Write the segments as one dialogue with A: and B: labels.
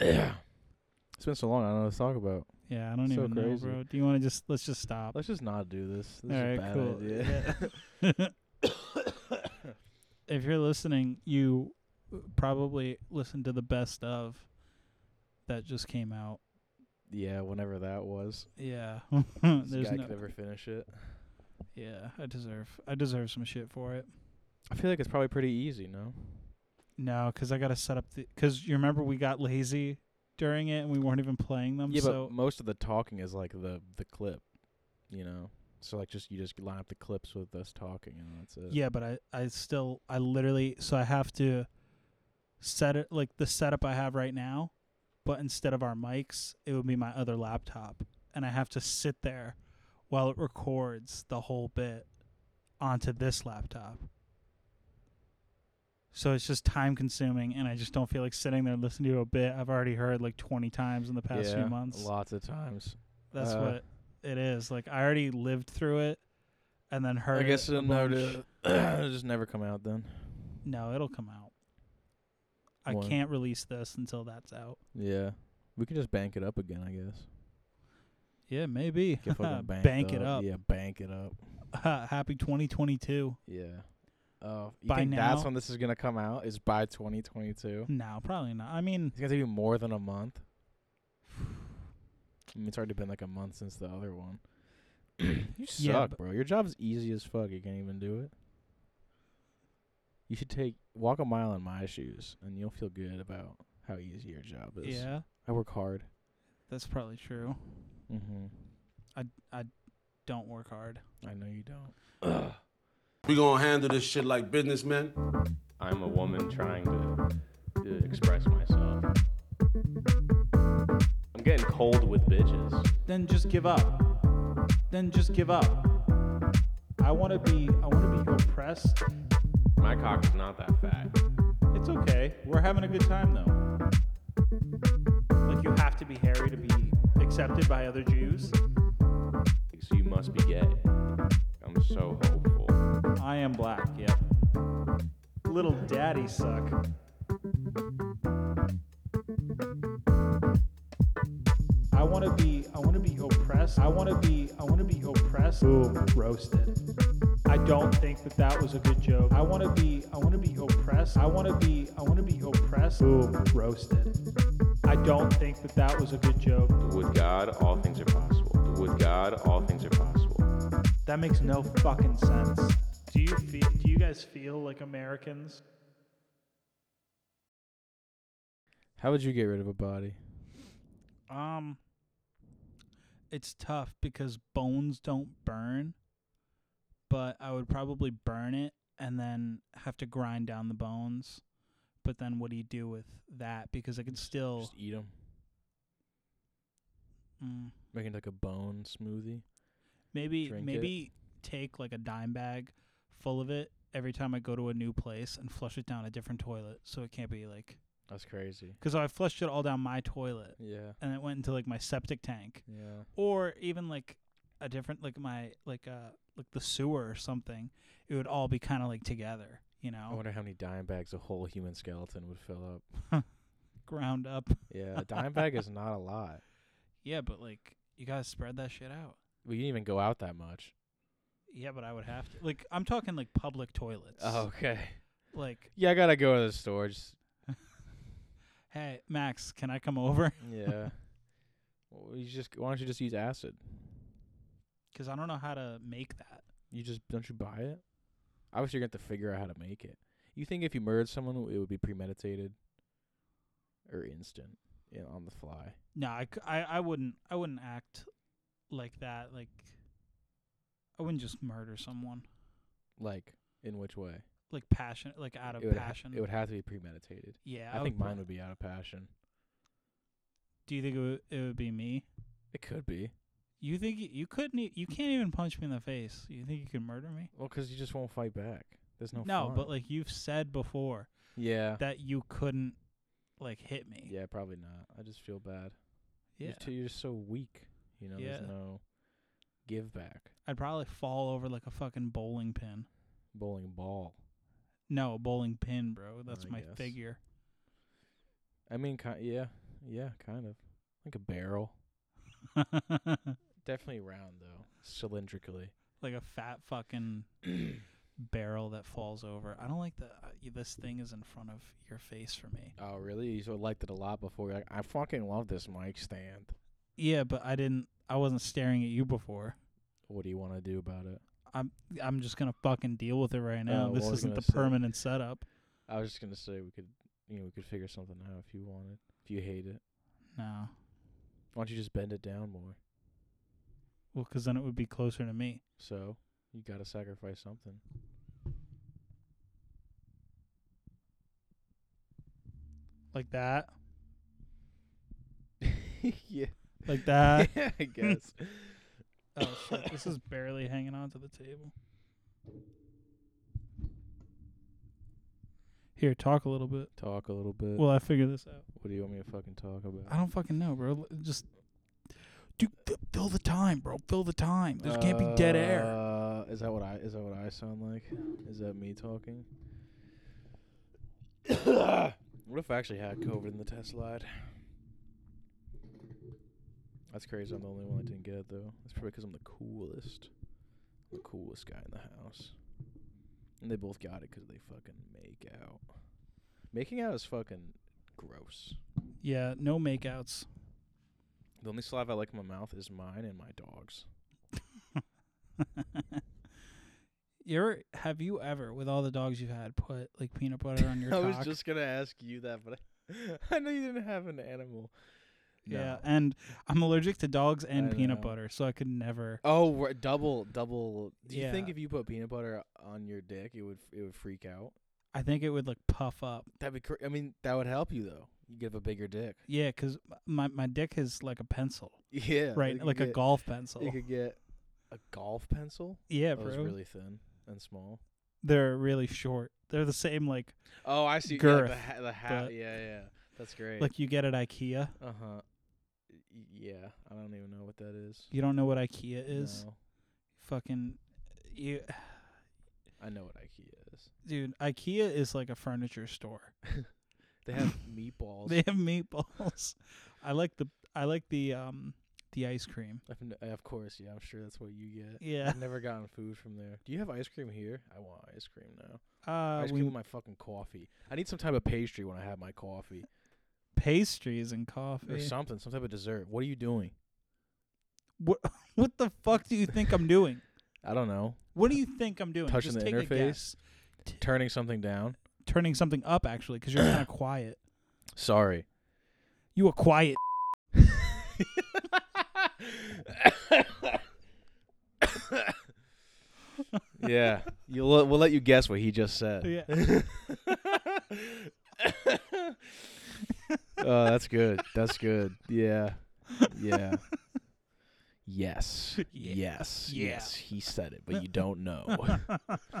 A: Yeah.
B: It's been so long. I don't know what to talk about.
C: Yeah, I don't
B: So
C: even
B: crazy.
C: know, bro. Do you want to just let's just stop?
B: Let's just not do this. This
C: All
B: is
C: right,
B: a bad
C: cool.
B: idea.
C: if you're listening, you probably listened to the best of that just came out.
B: yeah, whenever that was.
C: Yeah,
B: This
C: there's
B: guy
C: no.
B: could never finish it.
C: Yeah, I deserve I deserve some shit for it.
B: I feel like it's probably pretty easy, no?
C: No, because I gotta set up the. Because you remember we got lazy during it and we weren't even playing them.
B: yeah,
C: so
B: but most of the talking is like the the clip, you know. So like just you just line up the clips with us talking and that's it.
C: yeah, but I I still I literally so I have to set it like the setup I have right now, but instead of our mics, it would be my other laptop, and I have to sit there while it records the whole bit onto this laptop. So it's just time consuming, and I just don't feel like sitting there listening to a bit I've already heard like twenty times in the past
B: Yeah,
C: few months.
B: Lots of times.
C: That's
B: Uh,
C: what it is. Like I already lived through it, and then heard.
B: I guess
C: it a
B: it'll never
C: bunch.
B: it'll just never come out then.
C: No, it'll come out. I
B: When?
C: can't release this until that's out.
B: Yeah. We can just bank it up again, I guess.
C: Yeah, maybe.
B: Get fucking banked
C: Bank it up.
B: Yeah, bank it up.
C: Happy 2022.
B: Yeah. Oh, you
C: By
B: think that's
C: now-
B: when this is gonna come out? Is by 2022?
C: No, probably not. I mean,
B: It's gonna take me more than a month. I mean, it's already been like a month since the other one. you suck,
C: Yeah, but-
B: bro. Your job's easy as fuck. You can't even do it. You should take walk a mile in my shoes, and you'll feel good about how easy your job is.
C: yeah,
B: I work hard.
C: that's probably true.
B: Mm-hmm.
C: Don't work hard.
B: I know you don't.
D: We gonna handle this shit like businessmen.
A: I'm a woman trying to, to express myself. I'm getting cold with bitches.
C: Then just give up. Then just give up. I want to be. I want to be oppressed.
A: My cock is not that fat.
C: It's okay. We're having a good time though. Like you have to be hairy to be accepted by other Jews.
A: So you must be gay. I'm so hopeful.
C: I am black, yep. Little daddy suck. I want to be I want to be oppressed. I want to be I want to be oppressed. Ooh, roasted. I don't think that that was a good joke. I want to be I want to be oppressed. I want to be I want to be oppressed. Ooh, roasted. I don't think that that was a good joke.
A: With God, all things are possible. With God, all things are possible.
C: That makes no fucking sense. Do you feel do you guys feel like Americans?
B: How would you get rid of a body?
C: Um, it's tough because bones don't burn, but I would probably burn it and then have to grind down the bones. But then what do you do with that? Because I can still
B: Just eat them.
C: mm,
B: Making like a bone smoothie.
C: maybe
B: Drink it.
C: maybe take like a dime bag full of it every time I go to a new place and flush it down a different toilet, so it can't be like
B: That's crazy.
C: because I flushed it all down my toilet
B: Yeah.
C: and it went into like my septic tank.
B: Yeah.
C: or even like a different like my like uh like the sewer or something it would all be kind of like together you
B: I
C: know
B: wonder how many dime bags a whole human skeleton would fill up.
C: ground up
B: Yeah, a dime bag is not a lot.
C: yeah but like you gotta spread that shit out
B: We didn't even go out that much.
C: yeah but i would have to like i'm talking like public toilets
B: Oh, okay.
C: like
B: Yeah, I gotta go to the store. Just
C: hey max can i come over
B: yeah. well, you just why don't you just use acid?
C: because i don't know how to make that
B: You just don't you buy it? Obviously, you're gonna have to figure out how to make it. You think if you murdered someone, it would be premeditated or instant, you know, on the fly?
C: no I, c- I I wouldn't i wouldn't act like that like i wouldn't just murder someone
B: Like in which way?
C: like passion like out of
B: it would ha-
C: passion
B: it would have to be premeditated.
C: yeah
B: I think
C: would,
B: mine would be out of passion.
C: do you think it would, it would be me
B: It could be.
C: You think y- you couldn't? e- You can't even punch me in the face. You think you can murder me?
B: Well, 'cause you just won't fight back. There's no.
C: no,
B: fun.
C: but like you've said before
B: yeah,
C: that you couldn't like hit me.
B: yeah, probably not. I just feel bad.
C: Yeah.
B: You're, too, you're so weak. You know,
C: Yeah.
B: there's no give back.
C: I'd probably fall over like a fucking bowling pin.
B: Bowling ball.
C: No, a bowling pin, bro. That's
B: I
C: my
B: guess.
C: figure.
B: I mean, ki yeah, Yeah, kind of. Like a barrel. Definitely round though, cylindrically.
C: like a fat fucking barrel that falls over. I don't like that uh, y- this thing is in front of your face for me.
B: Oh, really? You so liked it a lot before. You're like, I fucking love this mic stand.
C: Yeah, but I didn't I wasn't staring at you before.
B: What do you want to do about it?
C: I'm I'm just going to fucking deal with it right
B: Oh,
C: now.
B: well,
C: this
B: I was
C: isn't
B: gonna
C: the
B: say.
C: permanent setup.
B: I was just gonna say we could, you know, we could figure something out if you wanted. If you hate it,
C: No.
B: why don't you just bend it down more?
C: Well, 'cause then it would be closer to me.
B: So you gotta sacrifice something.
C: Like that.
B: yeah,
C: Like that.
B: I guess.
C: oh shit. This is barely hanging on to the table. Here, talk a little bit.
B: Talk a little bit.
C: Well, I figure this out.
B: what do you want me to fucking talk about?
C: I don't fucking know, bro. L- Just dude, f- fill the time, bro. Fill the time. There can't be dead air.
B: Uh, Is that what I? Is that what I sound like? Is that me talking? what if I actually had COVID and the test lied? That's crazy. I'm the only one that didn't get it though. It's probably 'cause I'm the coolest, the coolest guy in the house. And they both got it 'cause they fucking make out. Making out is fucking gross.
C: Yeah, no makeouts.
B: The only saliva I like in my mouth is mine and my dog's.
C: You're have you ever with all the dogs you've had put like peanut butter on your
B: I
C: cock?
B: was just gonna ask you that, but I, I know you didn't have an animal.
C: yeah,
B: No.
C: and I'm allergic to dogs and
B: I
C: peanut
B: know.
C: butter, so I could never.
B: Oh, we're- double, double. Do you think
C: Yeah.
B: if you put peanut butter on your dick, it would it would freak out?
C: I think it would like puff up.
B: That'd be. Cr- I mean, that would help you though. You give a bigger dick.
C: Yeah, 'cause m my my dick is like a pencil,
B: Yeah. you
C: right?
B: could
C: Like a
B: get-
C: golf pencil.
B: You could get a golf pencil.
C: yeah,
B: That
C: bro.
B: was really thin and small.
C: They're really short. They're the same like
B: Oh, I see.
C: Girth,
B: yeah, the ha- the hat.
C: but-
B: yeah, yeah. That's great.
C: like you get at IKEA.
B: uh huh. Yeah, I don't even know what that is.
C: You don't know what IKEA is.
B: No.
C: fucking you
B: I know what IKEA is.
C: dude ikea is like a furniture store
B: They have meatballs.
C: they have meatballs i like the i like the um the ice cream
B: I've n- of course, yeah, I'm sure that's what you get.
C: yeah
B: I've never gotten food from there. Do you have ice cream here? I want ice cream now.
C: uh
B: ice cream
C: we,
B: with my fucking coffee. I need some type of pastry when I have my coffee
C: pastries and
B: or
C: coffee
B: something, some type of dessert. What are you doing?
C: what, what the fuck do you think i'm doing
B: I don't know.
C: what do you think i'm doing
B: Touching the
C: Just take a
B: interface,
C: guess.
B: turning something down.
C: turning something up actually because you're kind of quiet
B: Sorry.
C: you a quiet
B: yeah, you'll we'll let you guess what he just said.
C: yeah
B: Oh, that's good. That's good. Yeah. Yeah. Yes.
C: Yeah.
B: Yes.
C: Yeah.
B: Yes. He said it, but you don't know.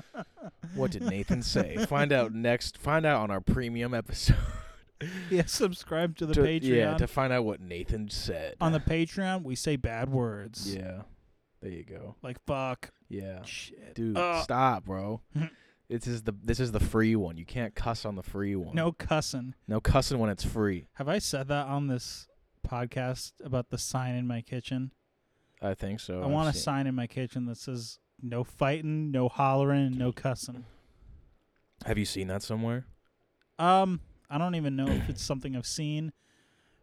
B: what did Nathan say? Find out next. Find out on our premium episode.
C: yeah subscribe to the
B: To-
C: patreon
B: Yeah, to find out what Nathan said.
C: on the patreon we say bad words
B: yeah. There you go.
C: like fuck
B: Yeah.
C: shit
B: Dude,
C: Uh,
B: stop, bro. this is the this is the free one. You can't cuss on the free one.
C: no cussing
B: No cussing when it's free.
C: Have I said that on this podcast about the sign in my kitchen?
B: Oh, I think so.
C: I
B: I've
C: want a
B: seen-
C: sign in my kitchen that says no fighting, no hollering, and no cussing.
B: Have you seen that somewhere?
C: Um, I don't even know if it's something I've seen,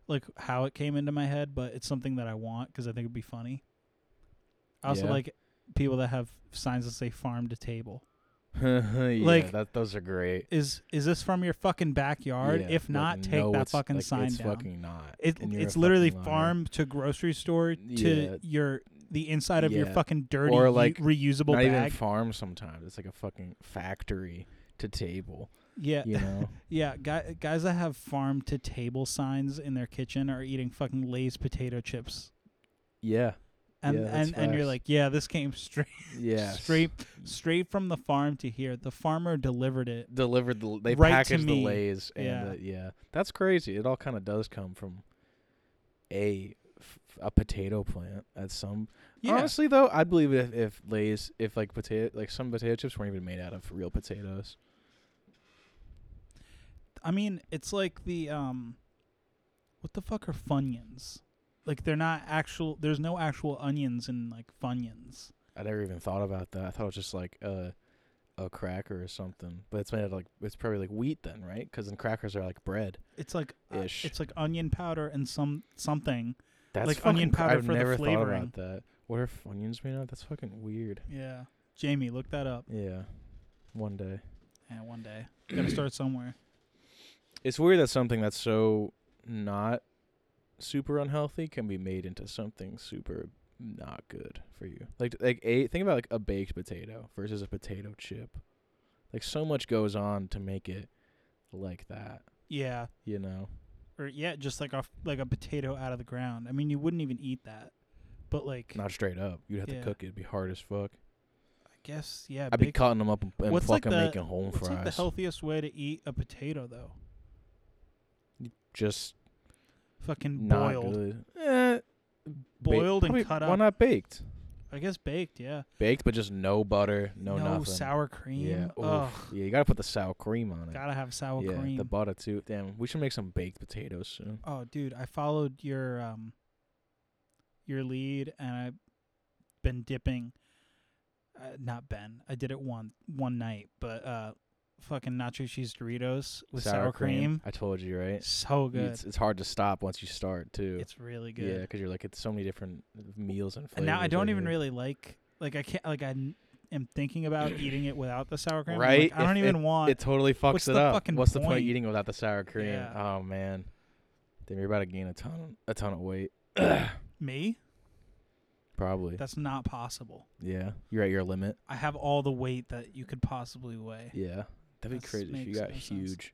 C: like how it came into my head, but it's something that I want because I think it'd be funny. I also
B: Yeah.
C: like people that have signs that say farm to table.
B: yeah,
C: Like-
B: that, those are great.
C: Is is this from your fucking backyard?
B: Yeah,
C: if
B: like,
C: not, take
B: no,
C: that
B: it's-
C: fucking
B: like,
C: sign
B: it's
C: down.
B: fucking not.
C: It,
B: and you're
C: it's
B: a
C: literally
B: fucking liar.
C: farm to grocery store to
B: Yeah.
C: your the inside of your
B: Yeah.
C: fucking dirty
B: Or,
C: u-
B: like,
C: reusable
B: Not even
C: bag.
B: farm. Sometimes it's like a fucking factory to table.
C: yeah,
B: You know,
C: yeah. Guy, guys that have farm to table signs in their kitchen are eating fucking Lay's potato chips,
B: yeah,
C: and
B: Yeah, that's
C: and, and you're
B: facts.
C: like, yeah, this came straight
B: yeah.
C: straight straight from the farm to here. The farmer delivered it.
B: delivered. The, they
C: Right to
B: package the
C: me.
B: lays and
C: Yeah.
B: yeah. The, yeah, that's crazy. It all kind of does come from a f- a potato plant at some.
C: Yeah,
B: Honestly, though, I'd believe it if, if lays if like potato like some potato chips weren't even made out of real potatoes.
C: I mean, it's like the um, what the fuck are funyuns? Like they're not actual. There's no actual onions in like funyuns.
B: I never even thought about that. I thought it was just like a a cracker or something. But it's made out of like it's probably like wheat then, right? Because then crackers are like bread.
C: It's like uh,
B: Ish.
C: it's like onion powder and some something.
B: That's
C: Like
B: fucking
C: onion
B: cra-
C: powder
B: I've
C: for the
B: never thought
C: flavoring.
B: about that. What are onions made out? of? That's fucking weird.
C: Yeah, Jamie, look that up.
B: Yeah. One day.
C: Yeah, one day gotta start somewhere.
B: It's weird that something that's so not super unhealthy can be made into something super not good for you. Like like a think about like a baked potato versus a potato chip. Like so much goes on to make it like that,
C: Yeah,
B: you know.
C: or yeah, just like off like a potato out of the ground. I mean, you wouldn't even eat that, but like
B: Not straight up. You'd have
C: Yeah.
B: to cook it. It'd be hard as fuck.
C: I guess yeah.
B: I'd be
C: bacon-
B: cutting them up and, and
C: What's,
B: fucking
C: like, the-
B: making home
C: What's
B: fries.
C: like the healthiest way to eat a potato though?
B: Just
C: Fucking
B: not
C: boiled,
B: good. Eh, ba-
C: Boiled and
B: probably-
C: cut
B: Why
C: up.
B: not baked?
C: I guess baked. Yeah,
B: Baked, but just no butter, no, nothing.
C: sour cream.
B: Yeah,
C: Ugh,
B: oof. yeah. You gotta put the sour cream on it.
C: gotta have sour
B: yeah,
C: cream.
B: the butter too. Damn, we should make some baked potatoes soon.
C: Oh, dude, I followed your um your lead, and I've been dipping. Uh, not Ben. I did it one one night, but uh, fucking nacho cheese Doritos with sour, cream.
B: I told you right.
C: So good.
B: It's, it's hard to stop once you start too.
C: It's really
B: Yeah,
C: good.
B: because you're like it's so many different meals and flavors.
C: and now I don't
B: in
C: even
B: here.
C: really like like I can't like I n- am thinking about eating it without the sour cream. I'm
B: Right?
C: Like, I don't
B: If
C: even want.
B: It totally fucks
C: what's
B: it
C: the
B: up.
C: fucking
B: what's the point
C: point?
B: of eating without the sour cream?
C: Yeah.
B: Oh man, then you're about to gain a ton, a ton of weight.
C: me?
B: Probably.
C: That's not possible.
B: yeah, you're at your limit.
C: I have all the weight that you could possibly weigh.
B: Yeah, that'd be
C: That's-
B: crazy if you
C: makes
B: got
C: no sense.
B: huge.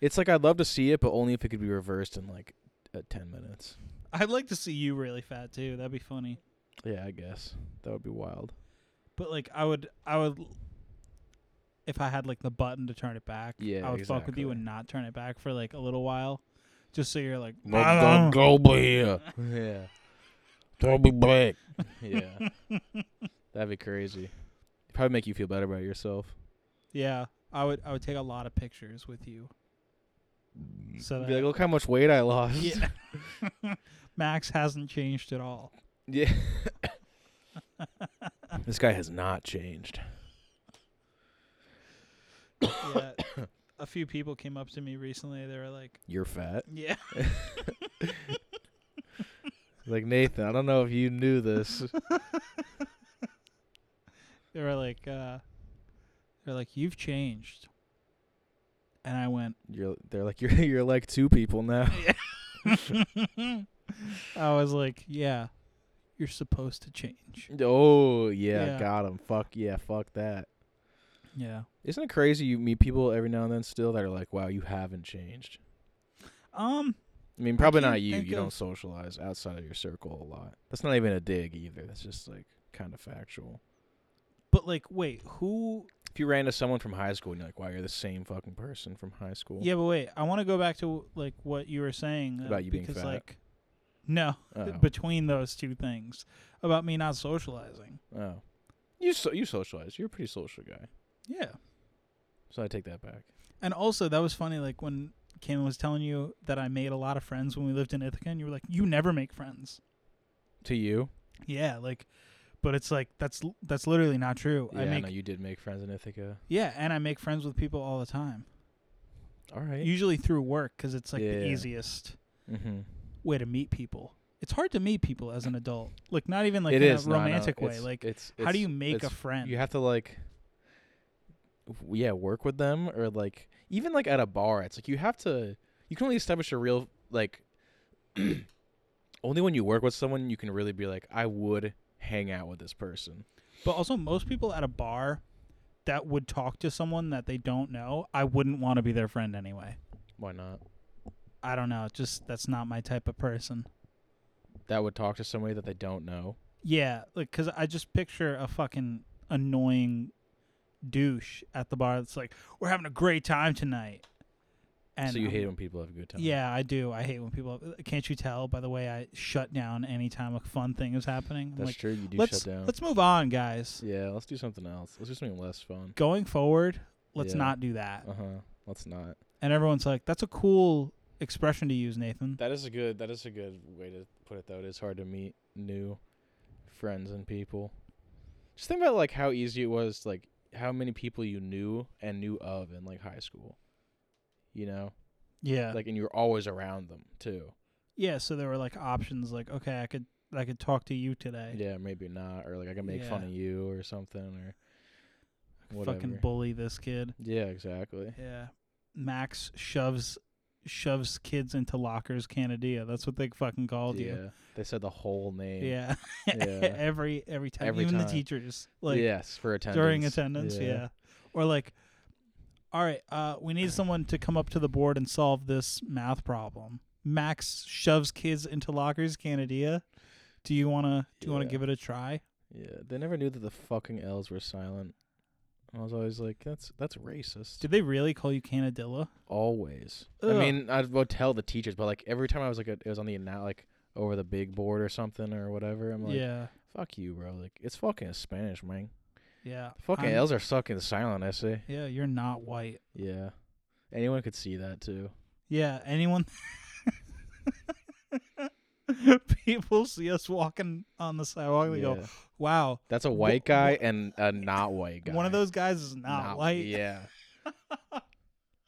B: It's like I'd love to see it, but only if it could be reversed in like uh, ten minutes.
C: I'd like to see you really fat too. That'd be funny.
B: Yeah, I guess that would be wild.
C: But like I would I would if I had like the button to turn it back,
B: Yeah,
C: I would fuck with you
B: exactly.
C: and not turn it back for like a little while. Just so you're like Uh-huh.
D: Mother, go over here.
B: yeah,
D: Don't be black.
B: yeah, that'd be crazy. It'd probably make you feel better about yourself.
C: Yeah. I would I would take a lot of pictures with you. So
B: Be like,
C: that,
B: look how much weight I lost.
C: Mm. yeah. Max hasn't changed at all.
B: Yeah. this guy has not changed.
C: Yeah. a few people came up to me recently, they were like,
B: You're fat.
C: Yeah.
B: Like Nathan, I don't know if you knew this.
C: They were like, uh they're like, You've changed. And I went,
B: You're they're like you're you're like two people now.
C: I was like, yeah, you're supposed to change.
B: Oh yeah,
C: Yeah.
B: got him. Fuck yeah, fuck that.
C: Yeah.
B: Isn't it crazy? You meet people every now and then still that are like, "Wow, you haven't changed."
C: Um,
B: I mean, probably
C: can't
B: not you.
C: think
B: You
C: of-
B: don't socialize outside of your circle a lot. That's not even a dig either. That's just like kind of factual.
C: but like, wait, who?
B: If you ran into someone from high school and you're like, "Wow, you're the same fucking person from high school."
C: Yeah, but wait, I want to go back to like what you were saying uh,
B: About you being
C: because
B: fat.
C: like, no,
B: Oh.
C: between those two things about me not socializing.
B: oh. You so you socialize. You're a pretty social guy.
C: Yeah,
B: So I take that back.
C: and also that was funny. Like when Cam was telling you that I made a lot of friends when we lived in Ithaca, and you were like, you never make friends.
B: To you?
C: Yeah, like, but it's like that's l- that's literally not true.
B: Yeah,
C: I make
B: no, you did make friends in Ithaca.
C: yeah, and I make friends with people all the time.
B: All right.
C: usually through work because it's like
B: Yeah.
C: the easiest
B: mm-hmm.
C: way to meet people. It's hard to meet people as an adult. Like not even like
B: It
C: in
B: is,
C: a
B: no, no,
C: romantic way.
B: it's-
C: like
B: it's,
C: how do
B: it's-
C: you make a
B: it's-
C: friend?
B: You have to like, w- yeah, work with them or like even like at a bar. It's like you have to. You can only establish a real like. only when you work with someone you can really be like, I would hang out with this person.
C: but also most people at a bar that would talk to someone that they don't know, I wouldn't want to be their friend anyway.
B: Why not?
C: I don't know. Just that's not my type of person.
B: That would talk to somebody that they don't know.
C: Yeah, like because I just picture a fucking annoying douche at the bar that's like, "We're having a great time tonight." And
B: so you
C: I'm-
B: hate it when people have a good time.
C: Yeah, I do. I hate when people. Can't you tell by the way I shut down anytime a fun thing is happening? I'm
B: that's
C: like,
B: true. You do
C: let's
B: shut down.
C: let's move on, guys.
B: yeah, let's do something else. Let's do something less fun.
C: Going forward, let's
B: Yeah.
C: not do that.
B: Uh huh. Let's not.
C: And everyone's like, "That's a cool expression to use, Nathan.
B: That is a good. That is a good way to put it, though. It is hard to meet new friends and people. Just think about like how easy it was, like how many people you knew and knew of in like high school. You know,
C: yeah.
B: like and you were always around them too.
C: yeah, so there were like options like okay, I could I could talk to you today.
B: Yeah, maybe not, or like I can make fun
C: Yeah.
B: of you or something, or
C: Fucking
B: whatever.
C: bully this kid.
B: yeah, exactly.
C: Yeah. Max shoves shoves kids into lockers Canadilla. That's what they fucking called
B: yeah,
C: you.
B: they said the whole name.
C: Yeah.
B: Yeah.
C: every every time
B: Every
C: even
B: time.
C: the teachers like
B: yes, for attendance
C: during attendance, yeah. Or like all right, uh we need someone to come up to the board and solve this math problem. Max shoves kids into lockers Canadilla. Do you want to do you want
B: Yeah.
C: to give it a try?
B: Yeah, they never knew that the fucking L's were silent. I was always like, that's that's racist.
C: Did they really call you Canadilla?
B: Always. I
C: Ugh.
B: mean, I would tell the teachers, but like every time I was like, it was on the annou- like over the big board or something or whatever. I'm like,
C: yeah.
B: fuck you, bro. Like it's fucking Spanish, man.
C: Yeah.
B: The fucking
C: I'm-
B: L's are fucking silent. I say.
C: Yeah, you're not white.
B: Yeah. Anyone could see that too.
C: Yeah, anyone. People see us walking on the sidewalk. They go,
B: Yeah.
C: "Wow,
B: That's a white
C: wh-
B: guy and a not white guy.
C: one of those guys is not, white.
B: Yeah.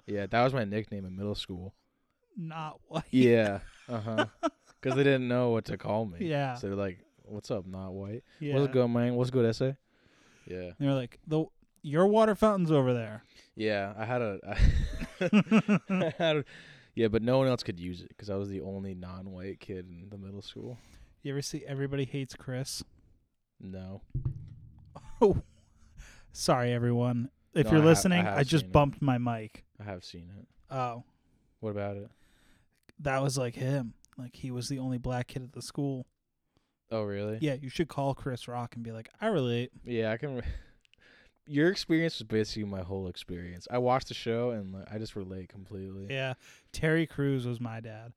B: yeah, that was my nickname in middle school.
C: Not white.
B: Yeah. Uh huh. Because they didn't know what to call me.
C: Yeah.
B: So they're like, "What's up, not white?
C: yeah."
B: What's good, man? What's good, essay?" Yeah.
C: And They're like, "The your water fountain's over there."
B: Yeah. I had a. I had a- yeah, but no one else could use it because I was the only non-white kid in the middle school.
C: You ever see Everybody Hates Chris?
B: No.
C: Sorry, everyone. If
B: No,
C: you're
B: I have- I
C: listening, I,
B: have seen
C: just
B: it.
C: bumped my mic.
B: I have seen it.
C: Oh,
B: What about it?
C: that was like him. Like he was the only black kid at the school.
B: Oh, really?
C: Yeah, you should call Chris Rock and be like, "I relate."
B: Yeah, I can. Re- Your experience was basically my whole experience. I watched the show and like, I just relate completely.
C: Yeah, Terry Crews was my dad.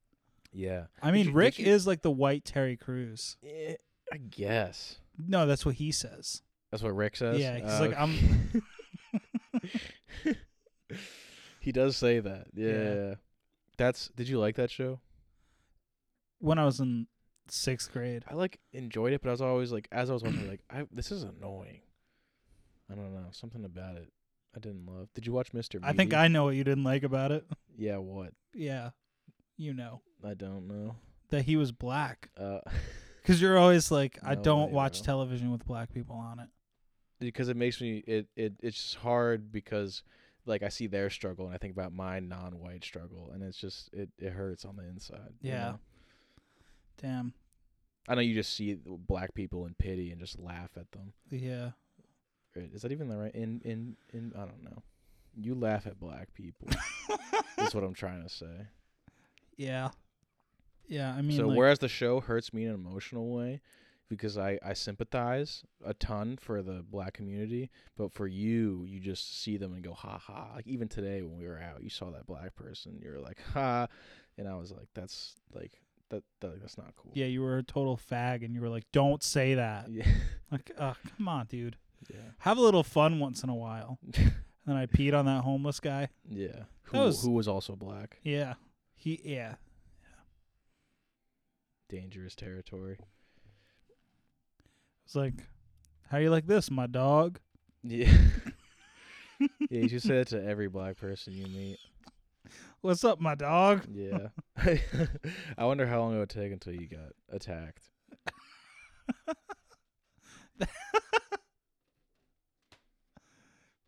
B: Yeah.
C: I
B: Did
C: mean,
B: you- did
C: Rick
B: you-
C: is like the white Terry Crews.
B: Eh, I guess
C: No, that's what he says.
B: that's what Rick says.
C: Yeah, he's
B: Oh,
C: like,
B: okay.
C: I'm-
B: he does say that. Yeah.
C: Yeah.
B: That's. Did you like that show?
C: When I was in sixth grade,
B: I like enjoyed it, but I was always like, as I was watching, it, like, I this is annoying. I don't know something about it. I didn't love. Did you watch Mr.
C: I think
B: Meaty?
C: I know what you didn't like about it.
B: Yeah. What?
C: Yeah, you know
B: I don't know.
C: that he was black
B: Uh,
C: because you're always like, I
B: No
C: don't
B: way,
C: watch
B: bro.
C: television with black people on it.
B: because it makes me it, it it's just hard because like I see their struggle and I think about my non-white struggle and it's just it it hurts on the inside. you
C: Yeah.
B: know?
C: Damn.
B: I know you just see the black people in pity and just laugh at them.
C: Yeah.
B: Right? Is that even the right in in in I don't know. You laugh at black people. is what I'm trying to say.
C: yeah. Yeah. I mean,
B: so
C: like,
B: whereas the show hurts me in an emotional way because I I sympathize a ton for the black community, but for you, you just see them and go ha ha. Like even today when we were out, you saw that black person, you were like ha, and I was like that's like that, that that's not cool.
C: yeah, you were a total fag, and you were like, "Don't say that."
B: Yeah.
C: Like, uh, come on, dude.
B: Yeah.
C: Have a little fun once in a while. and I peed on that homeless guy.
B: Yeah. Who
C: was-
B: who was also black.
C: Yeah. He. Yeah.
B: Dangerous territory.
C: It's like, how you like this, my dog?
B: Yeah. yeah, you should say that to every black person you meet.
C: What's up, my dog?
B: Yeah. I wonder how long it would take until you got attacked.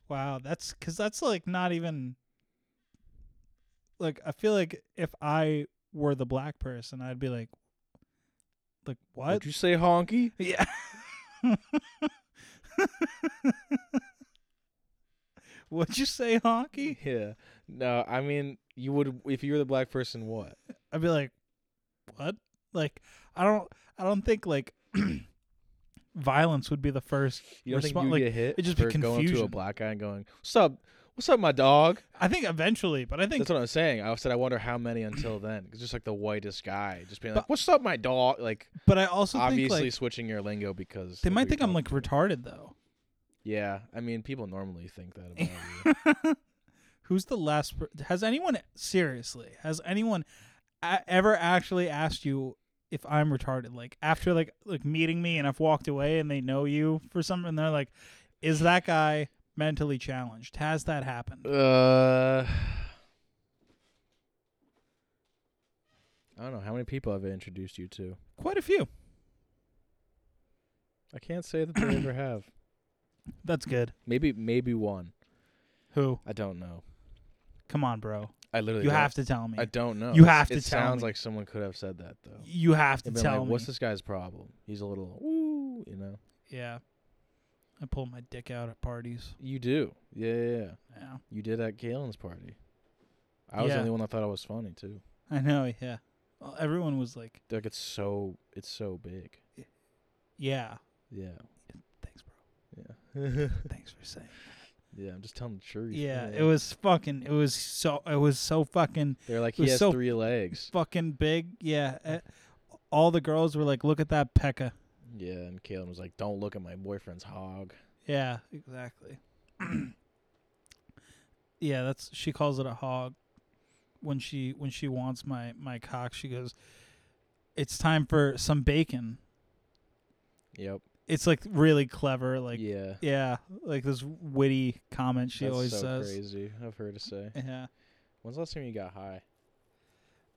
C: Wow, that's because that's like not even. Like, I feel like if I were the black person, I'd be like, like what?
B: Did you say honky?
C: yeah. What'd you say, honky?
B: Yeah. No, I mean you would if you were the black person. What?
C: I'd be like, what? Like, I don't, I don't think like. violence would be the first
B: You don't
C: respon-
B: think you
C: like,
B: get hit?
C: it'd just be
B: for going to a
C: confusion.
B: black guy and going, "What's up? What's up, my dog?"
C: I think eventually, but I think
B: That's what I'm saying. I said I wonder how many until then. 'Cause just like the whitest guy, just being like,
C: But-
B: "What's up, my dog?" Like
C: but I also think
B: obviously
C: like
B: switching your lingo because
C: they
B: of
C: might
B: who
C: think
B: you're
C: I'm like
B: talking to.
C: retarded though.
B: Yeah, I mean people normally think that about you.
C: Who's the last? Per- has anyone seriously? Has anyone a- ever actually asked you if I'm retarded? Like after like like meeting me and I've walked away and they know you for something, and they're like, "Is that guy mentally challenged?" Has that happened?
B: Uh, I don't know how many people I've introduced you to.
C: Quite a few.
B: I can't say that they ever have.
C: That's good.
B: Maybe maybe one.
C: Who?
B: I don't know.
C: Come on, bro.
B: I literally
C: You
B: don't-
C: have to tell me.
B: I don't know.
C: You have
B: it
C: to
B: It
C: tell
B: sounds
C: me.
B: like someone could have said that though.
C: You have to
B: They've been
C: tell
B: like,
C: me.
B: What's this guy's problem? He's a little woo, you know.
C: Yeah. I pull my dick out at parties.
B: You do. Yeah, yeah, yeah.
C: Yeah.
B: You did at Galen's party. I was
C: Yeah.
B: the only one that thought I was funny too.
C: I know, yeah. Well, everyone was like,
B: Like it's so it's so big.
C: yeah.
B: Yeah.
C: Thanks, bro.
B: Yeah.
C: Thanks for saying.
B: yeah, I'm just telling the truth.
C: Yeah, it was fucking it was so it was so fucking
B: They're like
C: it
B: he
C: was
B: has
C: so-
B: three legs.
C: fucking big. Yeah. eh, all the girls were like, "Look at that pekka."
B: Yeah, and Kalen was like, "Don't look at my boyfriend's hog."
C: Yeah, exactly. yeah, that's she calls it a hog. When she when she wants my my cock, she goes, "It's time for some bacon."
B: Yep.
C: It's like really clever, like yeah,
B: yeah.
C: like this witty comment she
B: That's
C: always
B: so
C: says.
B: crazy of her to say.
C: Yeah.
B: When's the last time you got high?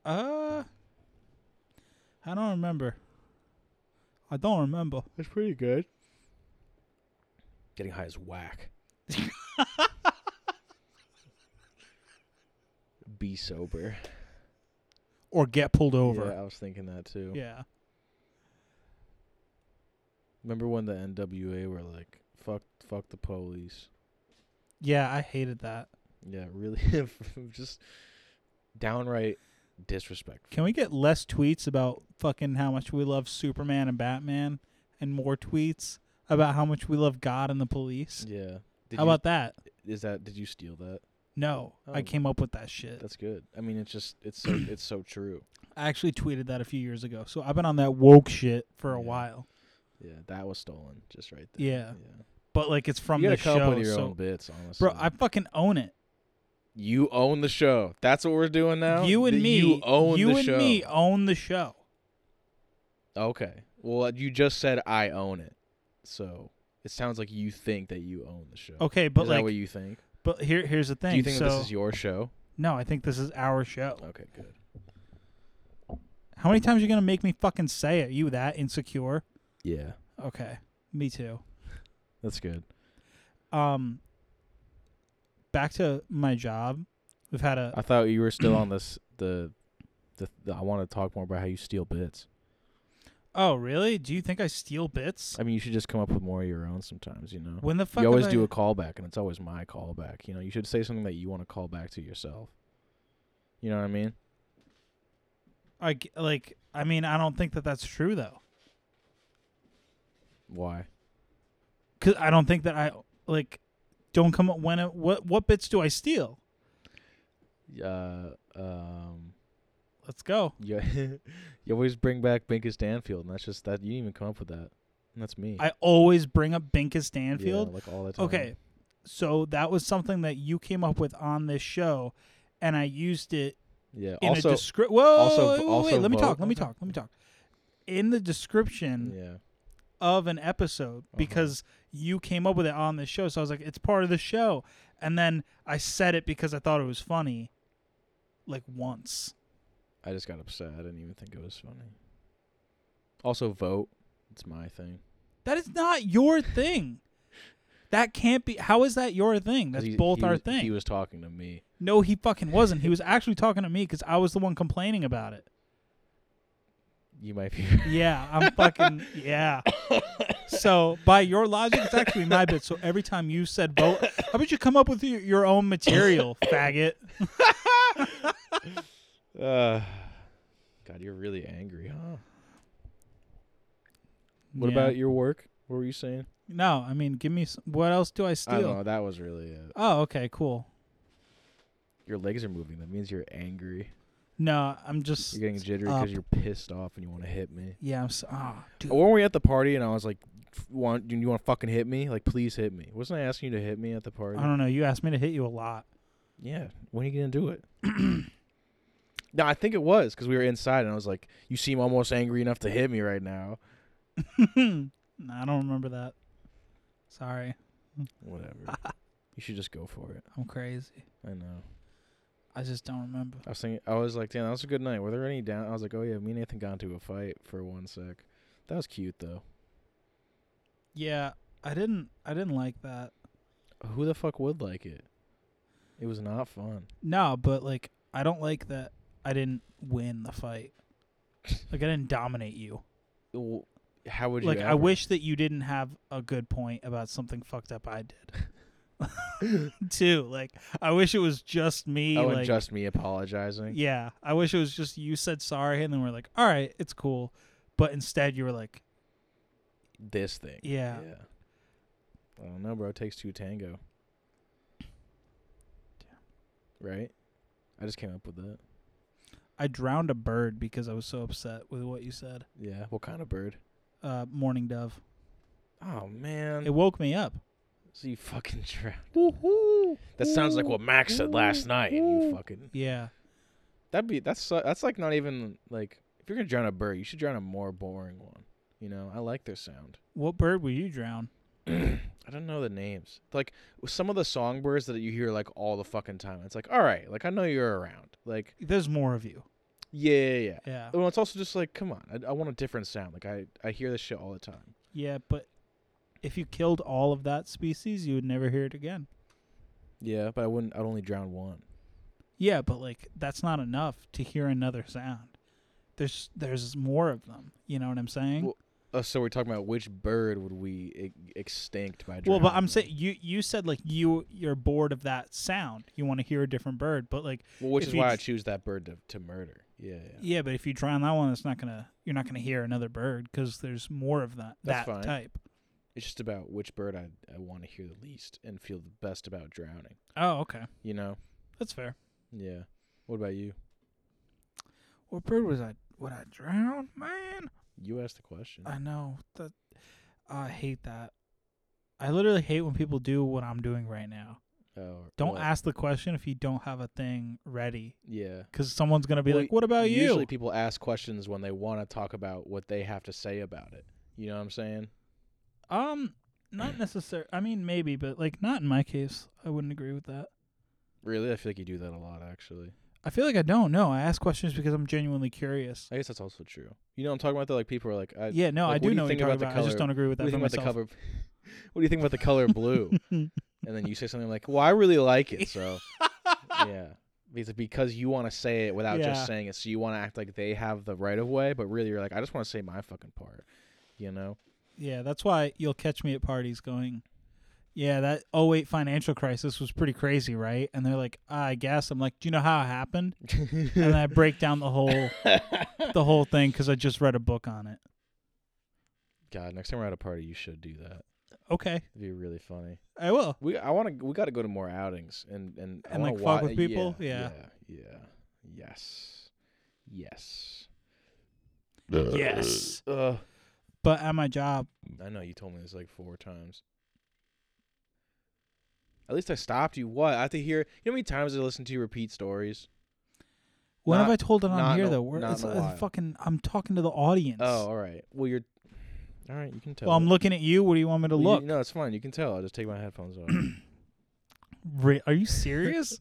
C: Uh, I don't remember. I don't remember.
B: That's pretty good. Getting high is whack. Be sober.
C: Or get pulled over.
B: Yeah, I was thinking that too.
C: Yeah.
B: Remember when the NWA were like, "Fuck, fuck the police."
C: Yeah, I hated that.
B: Yeah, really, just downright disrespectful.
C: Can we get less tweets about fucking how much we love Superman and Batman and more tweets about how much we love God and the police?
B: Yeah. Did
C: how
B: you,
C: about that?
B: is that? Did you steal that?
C: No, I
B: Oh.
C: came up with that shit.
B: That's good. I mean, it's just it's so it's so true.
C: I actually tweeted that a few years ago. So I've been on that woke shit for a
B: Yeah.
C: while.
B: Yeah, that was stolen just right there.
C: Yeah.
B: yeah.
C: But like it's from
B: you
C: the
B: gotta come up
C: show.
B: with your
C: so
B: own bits, honestly.
C: bro, I fucking own it.
B: you own the show. That's what we're doing now.
C: you and
B: Th-
C: me
B: You own
C: you
B: the
C: and
B: show.
C: me own the show.
B: Okay. Well, you just said I own it, so it sounds like you think that you own the show.
C: Okay, but
B: is
C: like
B: that what you think?
C: But here, here's the thing.
B: Do you think
C: so,
B: that this is your show?
C: no, I think this is our show.
B: Okay, good.
C: How many times are you gonna make me fucking say it? You that insecure?
B: Yeah,
C: Okay, me too.
B: that's good.
C: Um, back to my job. We've had a
B: I thought you were still on this the. The, the, I want to talk more about how you steal bits.
C: oh really? Do you think I steal bits?
B: I mean, you should just come up with more of your own sometimes, you know.
C: When the fuck
B: you always
C: have I-
B: do a callback, and it's always my callback. You know, you should say something that you want to call back to yourself. You know what I mean?
C: I g- like I mean I don't think that that's true though.
B: Why?
C: Cause I don't think that I like don't come up when it, what what bits do I steal?
B: Uh, um,
C: Let's go.
B: you, you always bring back Binkus Danfield, and that's just that you didn't even come up with that. And that's me.
C: I always bring up Binkus
B: Yeah,
C: Danfield.
B: like all the time.
C: Okay. So that was something that you came up with on this show and I used it
B: Yeah.
C: in
B: also.
C: a descri- Whoa,
B: also-
C: wait, wait, wait,
B: also
C: let me
B: vote.
C: talk, let me talk, let me talk. In the description
B: yeah. Uh-huh.
C: of an episode because you came up with it on the show, so I was like, it's part of the show. And then I said it because I thought it was funny like once.
B: I just got upset. I didn't even think it was funny. Also, vote. It's my thing.
C: That is not your thing. That can't be how is that your thing?
B: 'Cause
C: That's
B: he-
C: both
B: he
C: our
B: was-
C: thing.
B: He was talking to me.
C: no, he fucking wasn't. He was actually talking to me because I was the one complaining about it.
B: You might be.
C: Yeah, I'm fucking yeah. So by your logic, it's actually my bit. So every time you said vote, how about you come up with your, your own material, faggot?
B: Uh, God, you're really angry, huh? What
C: Yeah.
B: about your work? What were you saying?
C: No, I mean, give me s what else do I
B: I don't
C: steal?
B: know. That was really it.
C: oh, okay, cool.
B: Your legs are moving. That means you're angry.
C: No, I'm just
B: You're getting jittery
C: up.
B: because you're pissed off and you want to hit me.
C: yeah. I'm s ah, dude.
B: Or were we at the party and I was like, "F- "Want do you want to fucking hit me? Like, please hit me." Wasn't I asking you to hit me at the party?
C: I don't know. You asked me to hit you a lot.
B: Yeah. When are you gonna do it? no, I think it was because we were inside, and I was like, "You seem almost angry enough to hit me right now."
C: Nah, I don't remember that. Sorry,
B: Whatever. you should just go for it.
C: I'm crazy.
B: I know.
C: I just don't remember.
B: I was thinking. I was like, "Damn, that was a good night." Were there any down? I was like, "Oh yeah, me and Nathan got into a fight for one sec." That was cute though.
C: Yeah, I didn't. I didn't like that.
B: Who the fuck would like it? It was not fun.
C: No, but like, I don't like that. I didn't win the fight. Like, I didn't dominate you.
B: W- How would you?
C: like, I
B: ever?
C: wish that you didn't have a good point about something fucked up I did. Too. Like, I wish it was just me.
B: Oh,
C: like,
B: and just me apologizing.
C: Yeah, I wish it was just you said sorry, and then we're like, all right, it's cool. But instead, you were like,
B: This thing.
C: Yeah.
B: Yeah. I don't know, bro. It takes two tango. Right? I just came up with that.
C: I drowned a bird because I was so upset with what you said.
B: Yeah. What kind of bird?
C: Uh, morning dove.
B: Oh man.
C: It woke me up.
B: so you fucking drowned. Woohoo! That sounds like what Max said last night. And you fucking.
C: Yeah.
B: That'd be that's su- that's like not even like if you're gonna drown a bird, you should drown a more boring one. You know, I like their sound.
C: What bird will you drown?
B: I don't know the names. Like some of the songbirds that you hear like all the fucking time. It's like, all right, like I know you're around. Like,
C: There's more of you.
B: yeah, yeah, yeah.
C: Yeah.
B: Well, it's also just like, come on, I, I want a different sound. Like I, I hear this shit all the time.
C: Yeah, but if you killed all of that species, you would never hear it again.
B: Yeah, but I wouldn't. I'd only drown one.
C: Yeah, but like that's not enough to hear another sound. There's there's more of them. You know what I'm saying?
B: Well, Uh, so we're talking about which bird would we e- extinct by?
C: Well, but I'm
B: drowning?
C: saying you you said like you you're bored of that sound. You want to hear a different bird, but like
B: well, which
C: if
B: is
C: you
B: why I
C: just-
B: choose that bird to, to murder. Yeah, yeah.
C: yeah, but if you drown that one, it's not gonna you're not gonna hear another bird because there's more of that
B: That's
C: that
B: fine.
C: type.
B: It's just about which bird I I want to hear the least and feel the best about drowning.
C: Oh, okay,
B: You know?
C: that's fair.
B: Yeah. What about you?
C: What bird was I? Would I drown, man?
B: You asked the question.
C: I know that. I hate that. I literally hate when people do what I'm doing right now.
B: oh,
C: Don't
B: well,
C: ask the question if you don't have a thing ready,
B: Yeah.
C: because someone's gonna be
B: Well,
C: like, "What about you?"
B: Usually, people ask questions when they want to talk about what they have to say about it. You know what I'm saying?
C: um, not necessary. I mean, maybe, but like, not in my case. I wouldn't agree with that.
B: Really, I feel like you do that a lot, actually.
C: I feel like I don't know. I ask questions because I'm genuinely curious.
B: I guess that's also true. You know, what I'm talking about though, like people are like, I,
C: yeah, no,
B: Uh, like,
C: I
B: what do
C: do,
B: you
C: know what
B: think
C: you're talking
B: about the
C: about. I just
B: color-
C: don't agree with
B: what do
C: that
B: you
C: for
B: think about the
C: myself.
B: color? what do you think about the color blue? and then you say something like, "Well, I really like it," so yeah, because because you want to say it without
C: Yeah.
B: just saying it, so you want to act like they have the right of way, but really you're like, I just want to say my fucking part. You know?
C: Yeah, that's why you'll catch me at parties going, yeah, that 08 financial crisis was pretty crazy, right? And they're like, I guess. I'm like, do you know how it happened? and then I break down the whole the whole thing because I just read a book on it.
B: God, next time we're at a party, you should do that.
C: Okay,
B: It'd be really funny.
C: I will.
B: We I want to we got to go to more outings and and I
C: And,
B: wanna
C: like, fuck
B: wa- uh,
C: with people?
B: Yeah, yeah, yeah. yes, yes.
C: yes.
B: Uh,
C: But at my job,
B: I know you told me this like four times. At least I stopped you. What I have to hear? You know how many times I listen to you repeat stories?
C: when have I
B: Not-
C: told it
B: not
C: on
B: in
C: here
B: a-
C: though? We're,
B: not
C: it's,
B: in a
C: uh,
B: while.
C: fucking. I'm talking to the audience.
B: Oh, all right. Well, you're all right. You can tell.
C: well, I'm
B: it.
C: looking at you. What do you want me to
B: Well, you-
C: look?
B: no, it's fine. You can tell. I'll just take my headphones off.
C: Re- Are you serious?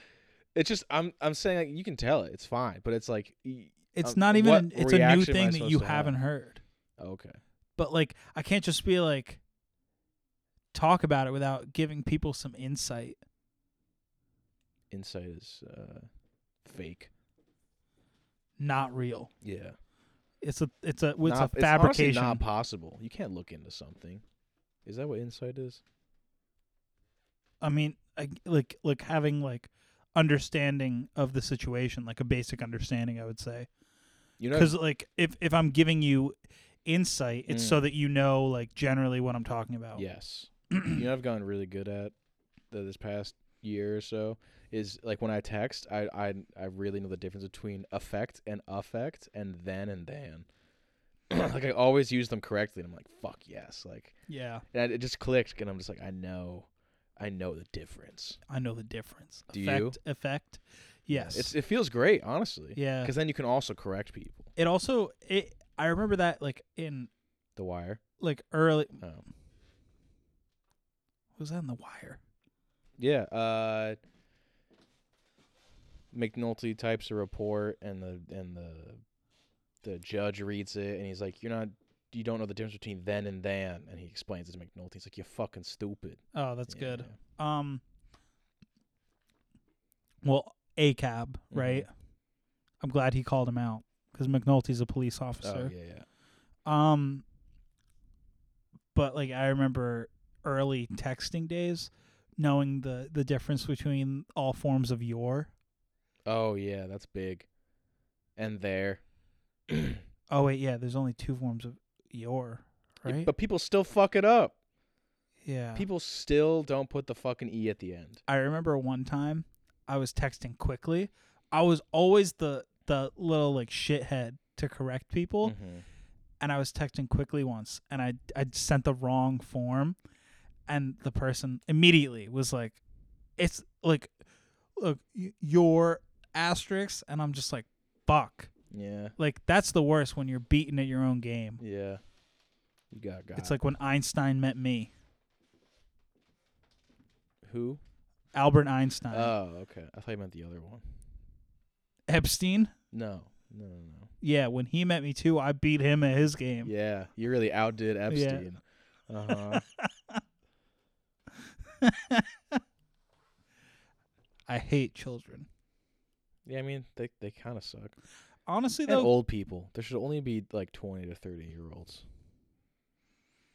B: it's just I'm I'm saying like you can tell it. It's fine, but it's like y-
C: It's
B: Um,
C: not
B: what
C: even. It's a
B: reaction
C: new
B: am I
C: thing that
B: supposed
C: you
B: to have?
C: haven't heard.
B: okay.
C: But like, I can't just be like talk about it without giving people some insight.
B: Insight is uh, fake.
C: Not real.
B: Yeah.
C: It's a. It's a. It's
B: Not-
C: a
B: honestly
C: fabrication.
B: not possible. You can't look into something. Is that what insight is?
C: I mean, I, like like having like understanding of the situation, like a basic understanding, I would say.
B: You know,
C: Because like if if I'm giving you insight, it's
B: Mm.
C: so that you know like generally what I'm talking about.
B: Yes. you know, I've gotten really good at the, this past year or so is like when I text, I, I I really know the difference between affect and affect and then and then. like I always use them correctly, and I'm like, fuck yes, like
C: Yeah.
B: and it just clicked, and I'm just like, I know I know the difference.
C: I know the difference.
B: Do
C: effect,
B: you?
C: Effect. Yes.
B: It's, it feels great, honestly.
C: yeah.
B: Because then you can also correct people.
C: It also. It. I remember that like in
B: The Wire.
C: like early.
B: Oh.
C: Was that in The Wire?
B: Yeah. Uh, McNulty types a report, and the and the the judge reads it, and he's like, "You're not." You don't know the difference between then and then, and he explains it to McNulty. He's like, "You're fucking stupid."
C: Oh, that's good.
B: Yeah.
C: Um. Well, a cab,
B: Mm-hmm.
C: right? I'm glad he called him out because McNulty's a police
B: Oh
C: officer.
B: yeah, yeah.
C: Um. But like I remember early texting days, knowing the the difference between all forms of your.
B: Oh yeah, that's big. And there,
C: Oh wait, yeah. There's only two forms of your, right?
B: but people still fuck it up.
C: yeah.
B: People still don't put the fucking e at the end.
C: I remember one time I was texting quickly. I was always the the little like shithead to correct people,
B: Mm-hmm.
C: and I was texting quickly once, and I I sent the wrong form, and the person immediately was like, "It's like, look, y- your asterisk," and I'm just like, "Fuck!"
B: Yeah,
C: Like that's the worst when you're beaten at your own game.
B: yeah. You got got.
C: It's like when Einstein met me,
B: who?
C: Albert Einstein,
B: Oh, okay. I thought you meant the other one.
C: Epstein.
B: No, no, no, no.
C: Yeah, when he met me too, I beat him at his game.
B: Yeah, you really outdid Epstein. Uh-huh.
C: I hate children.
B: yeah, I mean they they kind of suck.
C: Honestly,
B: And
C: though,
B: old people. There should only be like twenty to thirty year olds.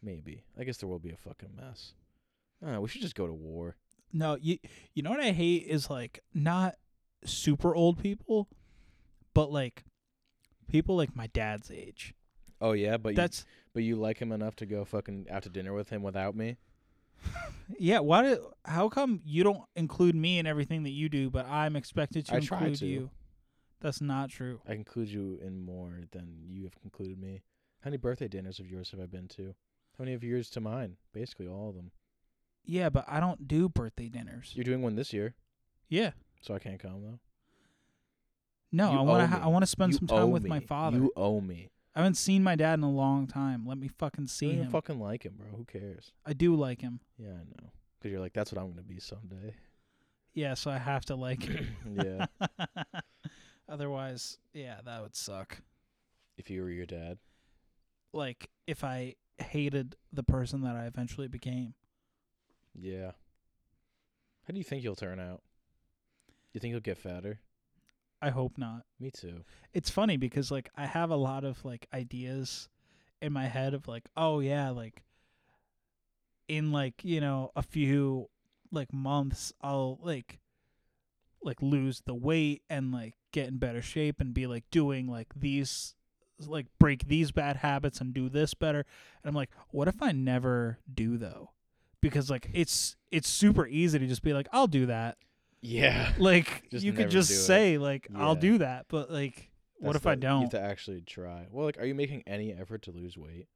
B: Maybe. I guess there will be a fucking mess. I don't know, we should just go to war.
C: no. You you know what I hate is like not super old people, but like people like my dad's age.
B: Oh yeah, but you,
C: That's
B: but you like him enough to go fucking out to dinner with him without me?
C: yeah. Why do? How come you don't include me in everything that you do, but I'm expected to
B: I try
C: include
B: to.
C: you? That's not true.
B: I include you in more than you have concluded me. How many birthday dinners of yours have I been to? How many of yours to mine? Basically all of them.
C: Yeah, but I don't do birthday dinners.
B: You're doing one this year,
C: Yeah.
B: so I can't come though.
C: No,
B: You
C: I want
B: owe
C: to.
B: me.
C: I want to spend
B: You
C: some time
B: owe
C: with my
B: me.
C: father.
B: You owe me.
C: I haven't seen my dad in a long time. Let me fucking
B: You
C: see
B: don't even
C: him.
B: fucking like him, bro. Who cares?
C: I do like him.
B: Yeah, I know. Because you're like, that's what I'm gonna be someday.
C: Yeah, so I have to like him.
B: yeah.
C: Otherwise, yeah, that would suck.
B: If you were your dad.
C: Like if I hated the person that I eventually became.
B: Yeah. How do you think he'll turn out? You think he'll get fatter?
C: I hope not.
B: Me too.
C: It's funny because like I have a lot of like ideas in my head of like, oh yeah, like in like, you know, a few like months I'll like like lose the weight and like get in better shape and be like doing like these like break these bad habits and do this better. And I'm like, what if I never do though? Because like it's it's super easy to just be like, I'll do that.
B: Yeah.
C: Like
B: Just
C: you could
B: never
C: just
B: do it.
C: say like I'll
B: Yeah.
C: do that, but like what if I
B: You
C: don't?
B: have to actually try. Well, like, are you making any effort to lose weight?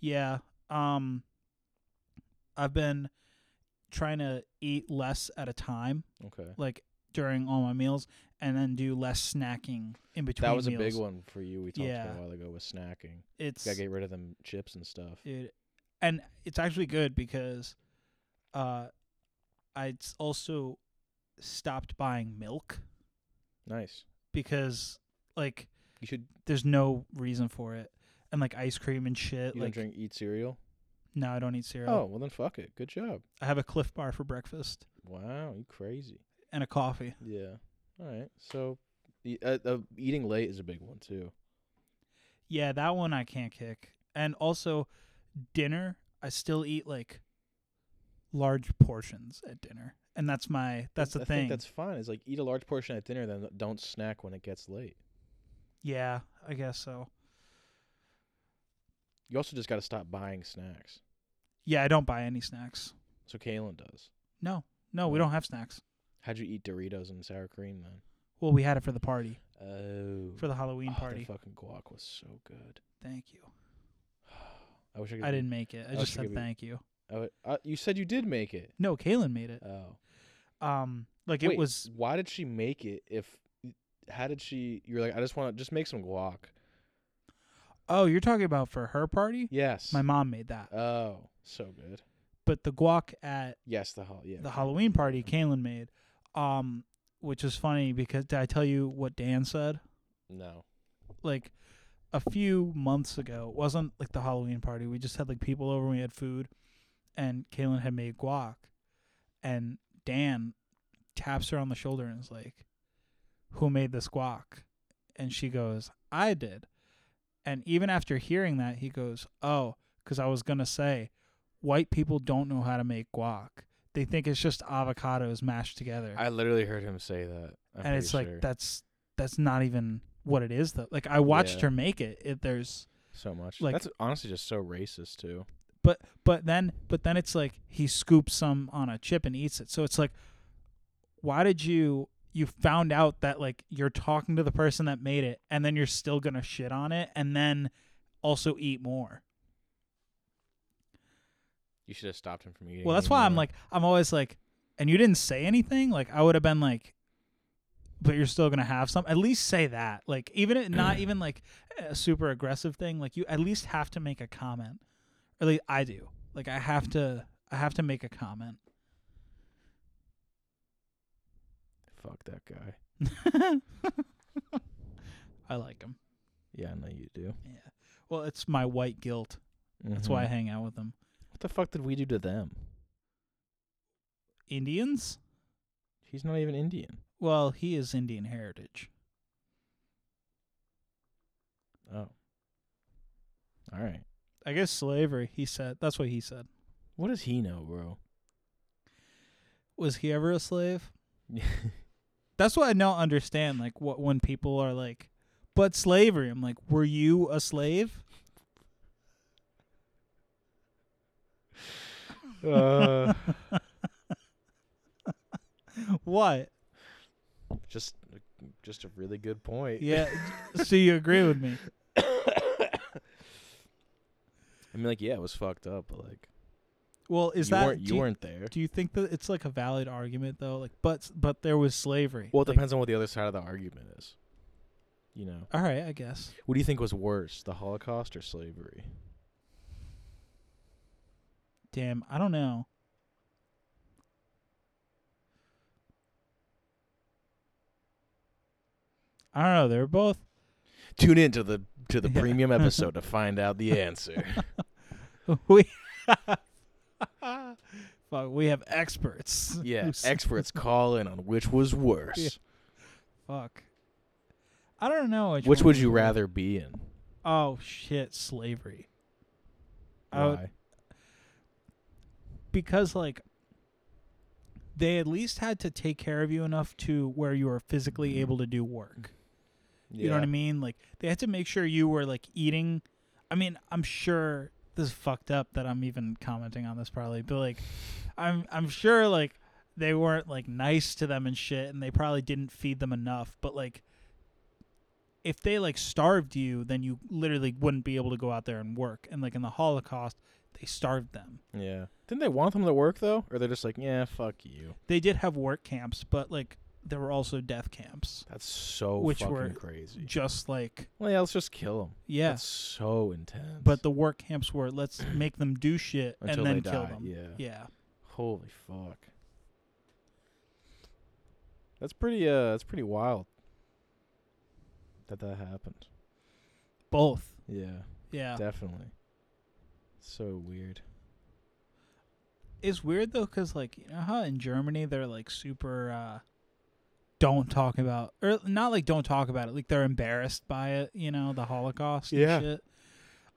C: Yeah. Um I've been trying to eat less at a time,
B: Okay.
C: like during all my meals, and then do less snacking in between.
B: That was
C: meals.
B: a big one for you. We talked
C: Yeah.
B: about a while ago with snacking.
C: It's
B: Gotta get rid of them chips and stuff.
C: it, and it's actually good because uh I s- also stopped buying milk
B: Nice.
C: because like
B: You should.
C: there's no reason for it. And like ice cream and shit.
B: You
C: like
B: don't drink, eat cereal.
C: no, I don't eat cereal.
B: Oh well, then fuck it. Good job.
C: I have a Cliff Bar for breakfast
B: Wow, you crazy.
C: and a coffee.
B: Yeah. All right. So, e- uh, uh, eating late is a big one too.
C: Yeah, that one I can't kick. And also, dinner, I still eat like large portions at dinner, and that's my that's the
B: I
C: thing.
B: Think that's fine. It's like eat a large portion at dinner, then don't snack when it gets late.
C: yeah, I guess so.
B: You also just got to stop buying snacks.
C: Yeah, I don't buy any snacks.
B: So Kaylin does.
C: No, no, we don't have snacks.
B: How'd you eat Doritos and sour cream then?
C: Well, we had it for the party,
B: Oh,
C: for the Halloween
B: oh,
C: party.
B: The fucking guac was so good.
C: Thank you.
B: I wish I could.
C: I didn't make it. I
B: Oh,
C: just
B: she
C: said
B: gave you-
C: thank you.
B: Oh, uh, you said you did make it.
C: No, Kaylin made it.
B: Oh,
C: Um, like
B: Wait,
C: it was
B: Why did she make it? If how did she? You're like, I just want to just make some guac.
C: Oh, you're talking about for her party?
B: Yes.
C: My mom made that.
B: oh, so good.
C: But the guac at
B: Yes, the hol. Yeah.
C: the Halloween party Kaylin made. Um, which is funny because did I tell you what Dan said?
B: No.
C: Like a few months ago, it wasn't like the Halloween party. We just had like people over and we had food and Kaylin had made guac and Dan taps her on the shoulder and is like, Who made this guac? And she goes, I did. And even after hearing that, he goes, Oh, because I was going to say, white people don't know how to make guac. They think it's just avocados mashed together.
B: I literally heard him say that. I'm
C: and it's
B: pretty
C: like,
B: sure.
C: that's that's not even what it is, though. Like, I watched
B: Yeah.
C: her make it. it. There's,
B: so much.
C: like-
B: That's honestly just so racist too.
C: but, but then, but then it's like he scoops some on a chip and eats it. So it's like, why did you, you found out that like you're talking to the person that made it and then you're still going to shit on it and then also eat more?
B: You should have stopped him from eating.
C: Well, that's why I'm
B: anymore.
C: like, I'm always like, and you didn't say anything. Like, I would have been like, but you're still gonna have some. At least say that. Like, even it- not even like a super aggressive thing. Like, you at least have to make a comment. Or at least I do. Like, I have to. I have to make a comment.
B: fuck that guy.
C: I like him.
B: Yeah, I know you do.
C: Yeah. Well, it's my white guilt. That's why I
B: Mhm.
C: hang out with them.
B: What the fuck did we do to them?
C: Indians.
B: He's not even Indian.
C: Well, he is Indian heritage.
B: Oh. All right.
C: I guess slavery. He said. That's what he said.
B: What does he know, bro?
C: Was he ever a slave? That's what I don't understand. Like, what when people are like, "But slavery," I'm like, "Were you a slave?"
B: uh,
C: What?
B: just, just a really good point.
C: Yeah. so you agree with me?
B: I mean, like, yeah, it was fucked up, but like,
C: Well, is
B: you
C: that
B: weren't,
C: do,
B: you
C: you,
B: weren't there.
C: do you think that it's like a valid argument though? Like, but but there was slavery.
B: Well, it
C: Like,
B: depends on what the other side of the argument is. You know,
C: All right, I guess.
B: what do you think was worse, the Holocaust or slavery?
C: Damn, I don't know. I don't know. They're both.
B: Tune in to the to the
C: Yeah.
B: premium episode to find out the answer.
C: we fuck. We have experts.
B: yeah,
C: who say-
B: experts call in on which was worse.
C: Yeah. Fuck. I don't know which.
B: Which
C: one
B: would
C: was
B: you
C: worse.
B: rather be in?
C: Oh shit, slavery. I would-
B: Why?
C: because like they at least had to take care of you enough to where you were physically able to do work. You know what I
B: Yeah.
C: mean? Like they had to make sure you were like eating. I mean, I'm sure this is fucked up that I'm even commenting on this probably, but like I'm I'm sure like they weren't like nice to them and shit and they probably didn't feed them enough, but like if they like starved you, then you literally wouldn't be able to go out there and work. And like in the Holocaust, they starved them.
B: Yeah. Didn't they want them to work though, or they're just like, yeah, fuck you.
C: They did have work camps, but like there were also death camps.
B: That's so
C: Which
B: fucking
C: were-
B: crazy.
C: Just like
B: Well, yeah, let's just kill them.
C: yeah.
B: That's so intense.
C: But the work camps were let's make them do shit
B: Until
C: and then
B: they
C: kill
B: die,
C: them.
B: yeah.
C: yeah.
B: holy fuck, that's pretty. Uh, that's pretty wild. That that happened.
C: Both.
B: Yeah,
C: Yeah.
B: definitely. So weird.
C: It's weird though cuz like you know how in Germany they're like super uh don't talk about or not like don't talk about it. Like they're embarrassed by it, you know, the Holocaust and
B: Yeah.
C: shit.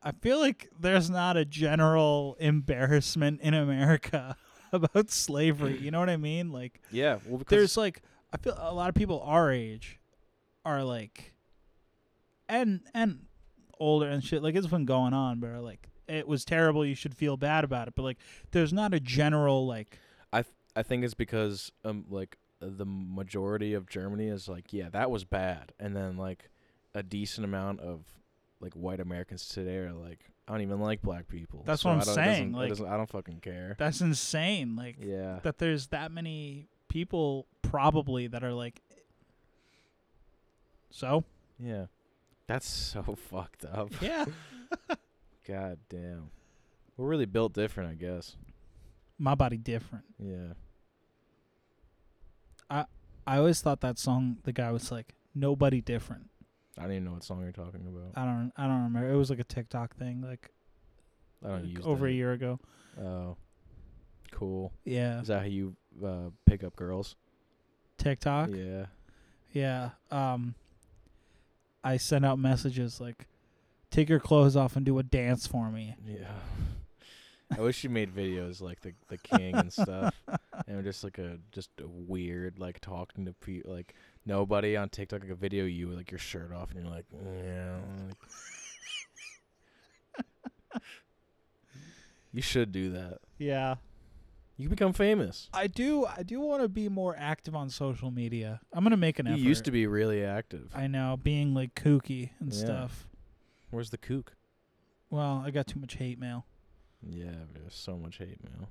C: I feel like there's not a general embarrassment in America about slavery. You know what I mean? Like
B: Yeah. Well, because
C: there's like I feel a lot of people our age are like and and older and shit like it's been going on but are like it was terrible you should feel bad about it but like there's not a general like
B: I th- I think it's because um like the majority of Germany is like yeah that was bad and then like a decent amount of like white Americans today are like I don't even like black people.
C: That's what
B: I
C: I'm
B: don't- it
C: saying,
B: doesn't- it
C: like-
B: doesn't- I don't fucking care.
C: That's insane. Like
B: yeah.
C: that there's that many people probably that are like so
B: yeah. That's so fucked up.
C: yeah
B: God damn. We're really built different, I guess.
C: my body different
B: Yeah.
C: i always thought that song the guy was like nobody different
B: I don't even know what song you're talking about.
C: i don't i don't remember it was like a tiktok thing like
B: I don't
C: like,
B: use
C: over
B: that.
C: a year ago
B: Oh. Cool.
C: yeah
B: Is that how you uh, pick up girls?
C: tiktok
B: Yeah.
C: yeah. um i sent out messages like take your clothes off and do a dance for me
B: Yeah. I wish you made videos like the the king and stuff, and just like a just a weird like talking to people like nobody on TikTok like a video you with like your shirt off and you're like yeah. like- you should do that.
C: yeah
B: You can become famous.
C: i do i do want to be more active on social media i'm gonna make an
B: You
C: effort
B: used to be really active.
C: I know, being like kooky and
B: Yeah.
C: stuff.
B: Where's the kook?
C: Well, I got too much hate mail.
B: Yeah, there's so much hate mail.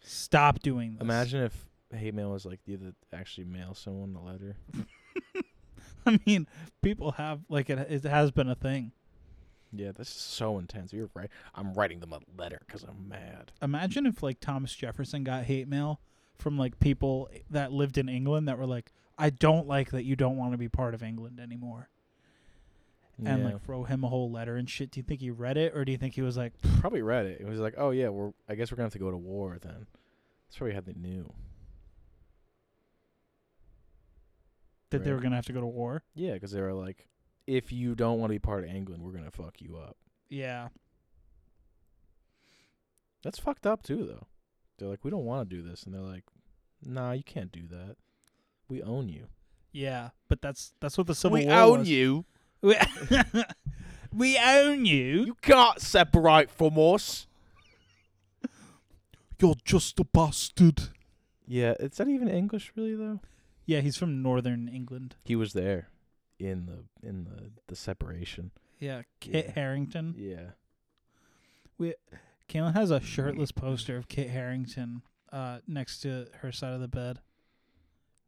C: Stop doing this.
B: Imagine if hate mail was like you had to actually mail someone a letter.
C: I mean, people have like it. It has been a thing.
B: Yeah, this is so intense. You're right. I'm writing them a letter because I'm mad.
C: Imagine if like Thomas Jefferson got hate mail from like people that lived in England that were like, "I don't like that you don't want to be part of England anymore," and like throw him a whole letter and shit. Do you think he read it, or do you think he was like,
B: probably read it. It was like, oh yeah, we're I guess we're gonna have to go to war then. That's probably how they knew.
C: that they
B: Right.
C: were gonna have to go to war?
B: Yeah, because they were like, if you don't want to be part of England, we're gonna fuck you up.
C: Yeah,
B: That's fucked up too, though. They're like, we don't want to do this, and they're like, nah, you can't do that. We own you.
C: yeah. But that's that's what the Civil War was.
B: you.
C: We, we own you.
B: can't separate from us.
C: You're just a bastard.
B: Yeah, is that even English really though?
C: Yeah, he's from northern England.
B: He was there, in the in the the separation.
C: Yeah, Kit
B: Yeah.
C: Harrington.
B: Yeah.
C: Caitlin has a shirtless poster of Kit Harrington uh, next to her side of the bed.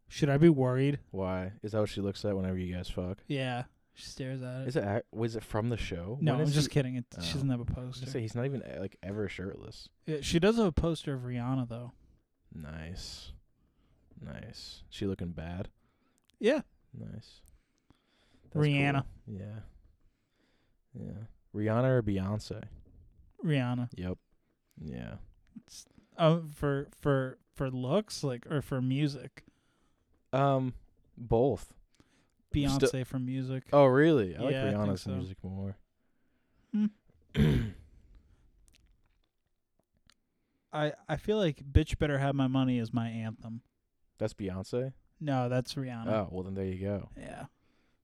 C: Should I be worried?
B: Why is that what she looks at whenever you guys fuck?
C: Yeah, she stares at it.
B: Is it ac- was it from the show?
C: no,
B: When
C: I'm
B: is
C: just
B: he-
C: kidding. It, She
B: Oh.
C: doesn't have
B: I
C: a
B: was gonna
C: poster.
B: say he's not even uh, like ever shirtless.
C: Yeah, she does have a poster of Rihanna though.
B: Nice, nice. She looking bad.
C: Yeah,
B: Nice.
C: Rihanna.
B: cool. Yeah. Yeah. Rihanna or Beyonce.
C: Rihanna.
B: Yep. Yeah.
C: Oh, for for for looks like or for music.
B: Um, both. Still-
C: Beyonce for music.
B: Oh, really? I like
C: Yeah, I think
B: Rihanna's
C: so.
B: music more.
C: Hmm. I I feel like "Bitch Better Have My Money" is my anthem.
B: That's Beyonce.
C: No, that's Rihanna.
B: Oh, well then there you go.
C: Yeah.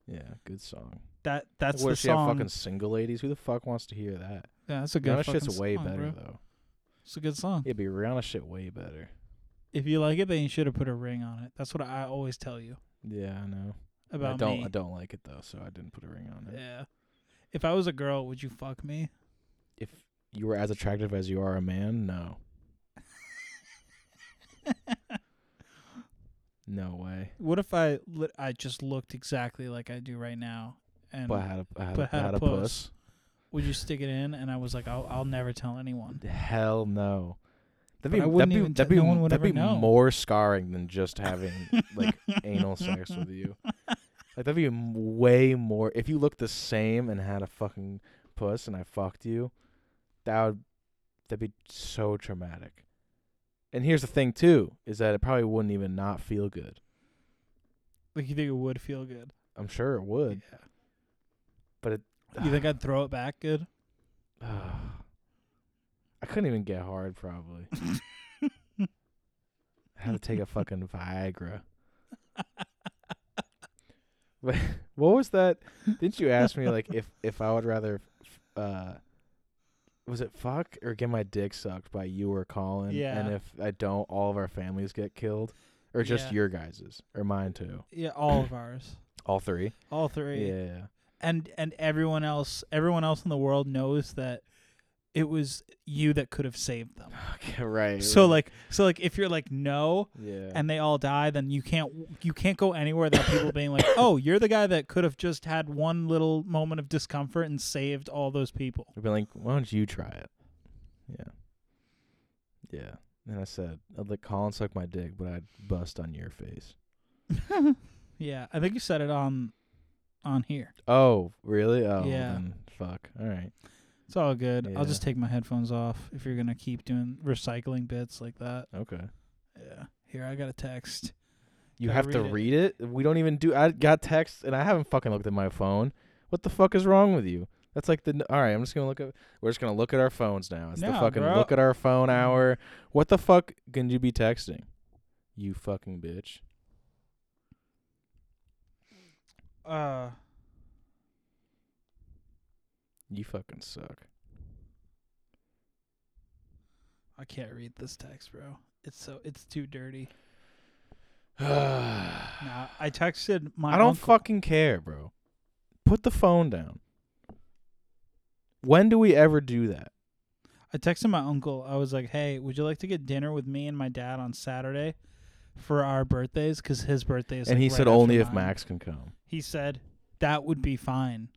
B: Yeah, good song.
C: That that's
B: what
C: the
B: does she
C: song.
B: have fucking single ladies? Who the fuck wants to hear that?
C: yeah, that's a good
B: Rihanna
C: fucking
B: shit's way
C: song,
B: better
C: bro.
B: though.
C: It's a good song.
B: Yeah, but Rihanna shit way better.
C: If you like it, then you should have put a ring on it. That's what I always tell you
B: Yeah, I know.
C: about
B: I don't
C: me. Eh.
B: I don't like it though, so I didn't put a ring on it.
C: Yeah. If I was a girl, would you fuck me?
B: If you were as attractive as you are a man, no. no way.
C: What if I li- I just looked exactly like I do right now? And
B: But I had a I had,
C: but
B: a, I had a puss.
C: would you stick it in? And I was like, I'll I'll never tell anyone.
B: Hell no.
C: But
B: That'd
C: I
B: be
C: wouldn't
B: that'd be,
C: even
B: that'd
C: t-
B: be,
C: no one would
B: that'd
C: ever
B: be
C: know.
B: more scarring than just having like anal sex with you. Like that'd be m- way more. If you looked the same and had a fucking puss and I fucked you, that would that'd be so traumatic. And here's the thing too, is that it probably wouldn't even not feel good.
C: Like you think it would feel good?
B: I'm sure it would.
C: Yeah.
B: But it-
C: you think I'd throw it back good?
B: I couldn't even get hard probably. I had to take a fucking Viagra. But what was that? Didn't you ask me like if if I would rather, f- uh, was it fuck or get my dick sucked by you or Colin? And
C: Yeah.
B: if I don't, all of our families get killed, or just
C: Yeah.
B: your guys's or mine too.
C: Yeah, all of ours.
B: All three.
C: All three.
B: Yeah.
C: and and everyone else everyone else in the world knows that it was you that could have saved them.
B: Okay, right.
C: So
B: right.
C: like so like if you're like no
B: yeah,
C: and they all die then you can't you can't go anywhere without people being like, "Oh, you're the guy that could have just had one little moment of discomfort and saved all those people."
B: I've been like, why don't you try it? Yeah, yeah. And I said, I'd let Colin suck my dick, but I'd bust on your face.
C: yeah, I think you said it on on here.
B: Oh, really? Oh,
C: Yeah.
B: Then, fuck. All right.
C: It's all good.
B: Yeah.
C: I'll just take my headphones off if you're going to keep doing recycling bits like that.
B: Okay.
C: Yeah. Here I got a text.
B: You
C: Gotta
B: have to
C: read
B: read it. We don't even do. I got texts and I haven't fucking looked at my phone. What the fuck is wrong with you? That's like the. All right, I'm just gonna look at. We're just gonna look at our phones now. It's the
C: No,
B: fucking
C: bro. Mm-hmm.
B: look at our phone hour. What the fuck can you be texting? You fucking bitch.
C: Uh
B: You fucking suck.
C: I can't read this text, bro. It's so it's too dirty.
B: I
C: Nah, I texted my
B: don't
C: uncle-
B: fucking care, bro. Put the phone down. When do we ever do that?
C: I texted my uncle. I was like, "Hey, would you like to get dinner with me and my dad on Saturday for our birthdays? Because his birthday is."
B: and
C: like,
B: he
C: right
B: said
C: after
B: only if
C: mine."
B: Max can come.
C: He said that would be fine.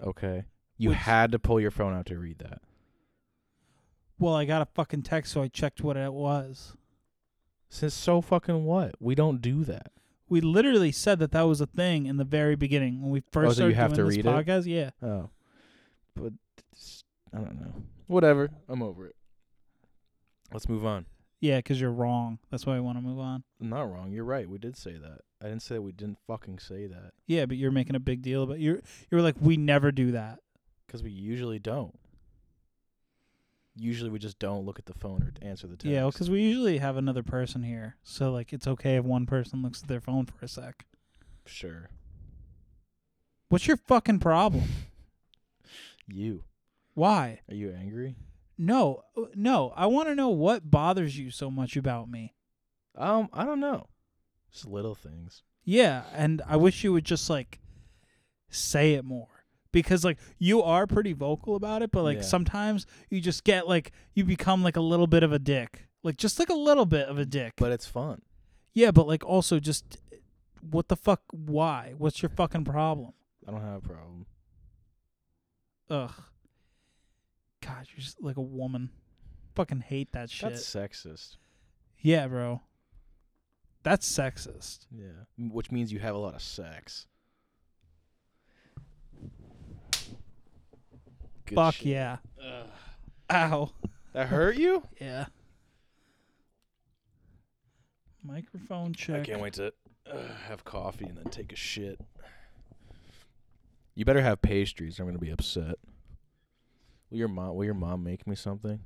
B: Okay. You
C: Which-
B: had to pull your phone out to read that.
C: Well, I got a fucking text, so I checked what it was.
B: Says so fucking what? We don't do that.
C: We literally said that that was a thing in the very beginning when we first
B: Oh, so you
C: started
B: have
C: doing
B: to read
C: this
B: it?
C: podcast. Yeah,
B: Oh. But it's- I don't know. Whatever. I'm over it. Let's move on.
C: yeah, because you're wrong. That's why I want to move on.
B: I'm not wrong. You're right. We did say that. I didn't say we didn't fucking say that
C: Yeah, but you're making a big deal. But you're you were like, we never do that.
B: cuz we usually don't. Usually we just don't look at the phone or answer the text.
C: Yeah, because we usually have another person here, so like it's okay if one person looks at their phone for a sec.
B: sure.
C: What's your fucking problem?
B: You.
C: Why?
B: Are you angry?
C: No, uh, no. I want to know what bothers you so much about me.
B: Um, I don't know. Just little things.
C: Yeah, and I wish you would just like say it more because like you are pretty vocal about it, but like
B: Yeah.
C: sometimes you just get like you become like a little bit of a dick, like just like a little bit of a dick.
B: But it's fun.
C: yeah, but like also just uh, what the fuck? Why? What's your fucking problem?
B: I don't have a problem.
C: Ugh. God, you're just like a woman. Fucking hate that shit.
B: That's sexist.
C: yeah, bro. That's sexist.
B: Yeah. Which means you have a lot of sex. Good
C: Fuck
B: shit.
C: yeah. Ow.
B: That hurt you?
C: Yeah. Microphone check.
B: I can't wait to uh, have coffee and then take a shit. You better have pastries. or I'm gonna be upset. Will your mom? Will your mom make me something?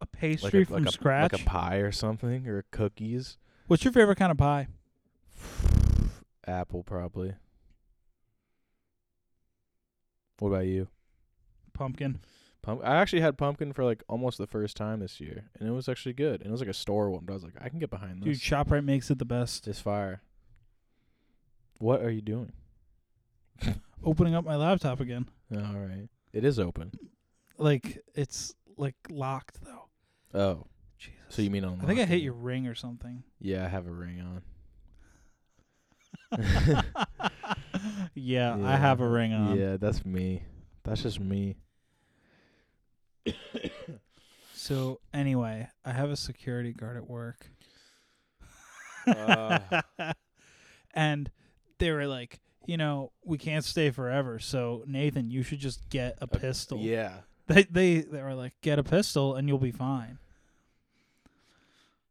C: A pastry
B: like
C: from
B: a, like
C: scratch.
B: a, like a pie or something, or cookies.
C: What's your favorite kind of pie?
B: Apple, probably. What about you?
C: Pumpkin.
B: Pump- I actually had pumpkin for like almost the first time this year, and it was actually good. And it was like a store one, but I was like, I can get behind
C: Dude,
B: this.
C: ShopRite makes it the best.
B: this fire. What are you doing?
C: Opening up my laptop again.
B: All right, it is open.
C: Like it's like locked though.
B: Oh,
C: Jesus.
B: so you mean on?
C: I think I hit your ring or something.
B: Yeah, I have a ring on.
C: yeah, I have a
B: Yeah.
C: ring on.
B: Yeah, that's me. That's just me.
C: So anyway, I have a security guard at work.
D: Uh,
B: Ah.
C: and they were like, you know, we can't stay forever, so Nathan, you should just get a pistol.
B: Uh, Yeah.
C: They they they were like, get a pistol and you'll be fine.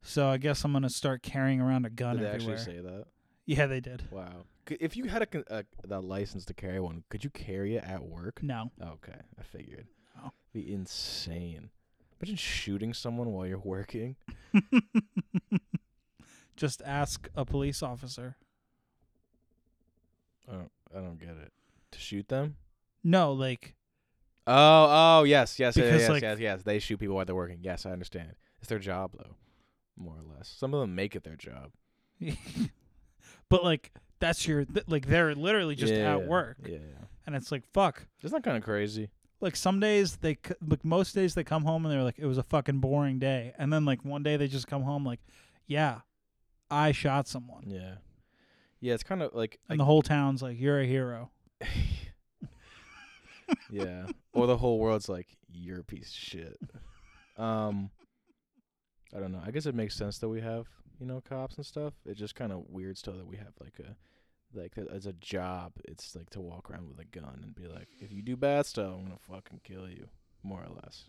C: So I guess I'm gonna start carrying around a gun
B: Did they
C: everywhere.
B: actually say that?
C: yeah, they did.
B: Wow. C- If you had a, con- a the license to carry one, could you carry it at work?
C: No,
B: Okay, I figured.
C: No.
B: Be insane. Imagine shooting someone while you're working.
C: just ask a police officer.
B: I don't, I don't get it. To shoot them?
C: No, like
B: Oh, oh, yes, yes, yes,
C: Because,
B: yes,
C: like-
B: yes, yes. They shoot people while they're working. Yes, I understand. It's their job, though, more or less. Some of them make it their job.
C: but like that's your th- like they're literally just
B: Yeah,
C: at
B: yeah,
C: work,
B: Yeah,
C: and it's like fuck.
B: isn't that kind of crazy?
C: Like some days they c- like most days they come home and they're like it was a fucking boring day, and then like one day they just come home like, yeah, I shot someone,
B: Yeah, yeah. It's kind of like
C: and the whole town's like you're a hero.
B: yeah, or the whole world's like you're a piece of shit. Um, I don't know. I guess it makes sense that we have you know cops and stuff. It's just kind of weird still that we have like a like a- as a job. It's like to walk around with a gun and be like, if you do bad stuff, I'm gonna fucking kill you, more or less.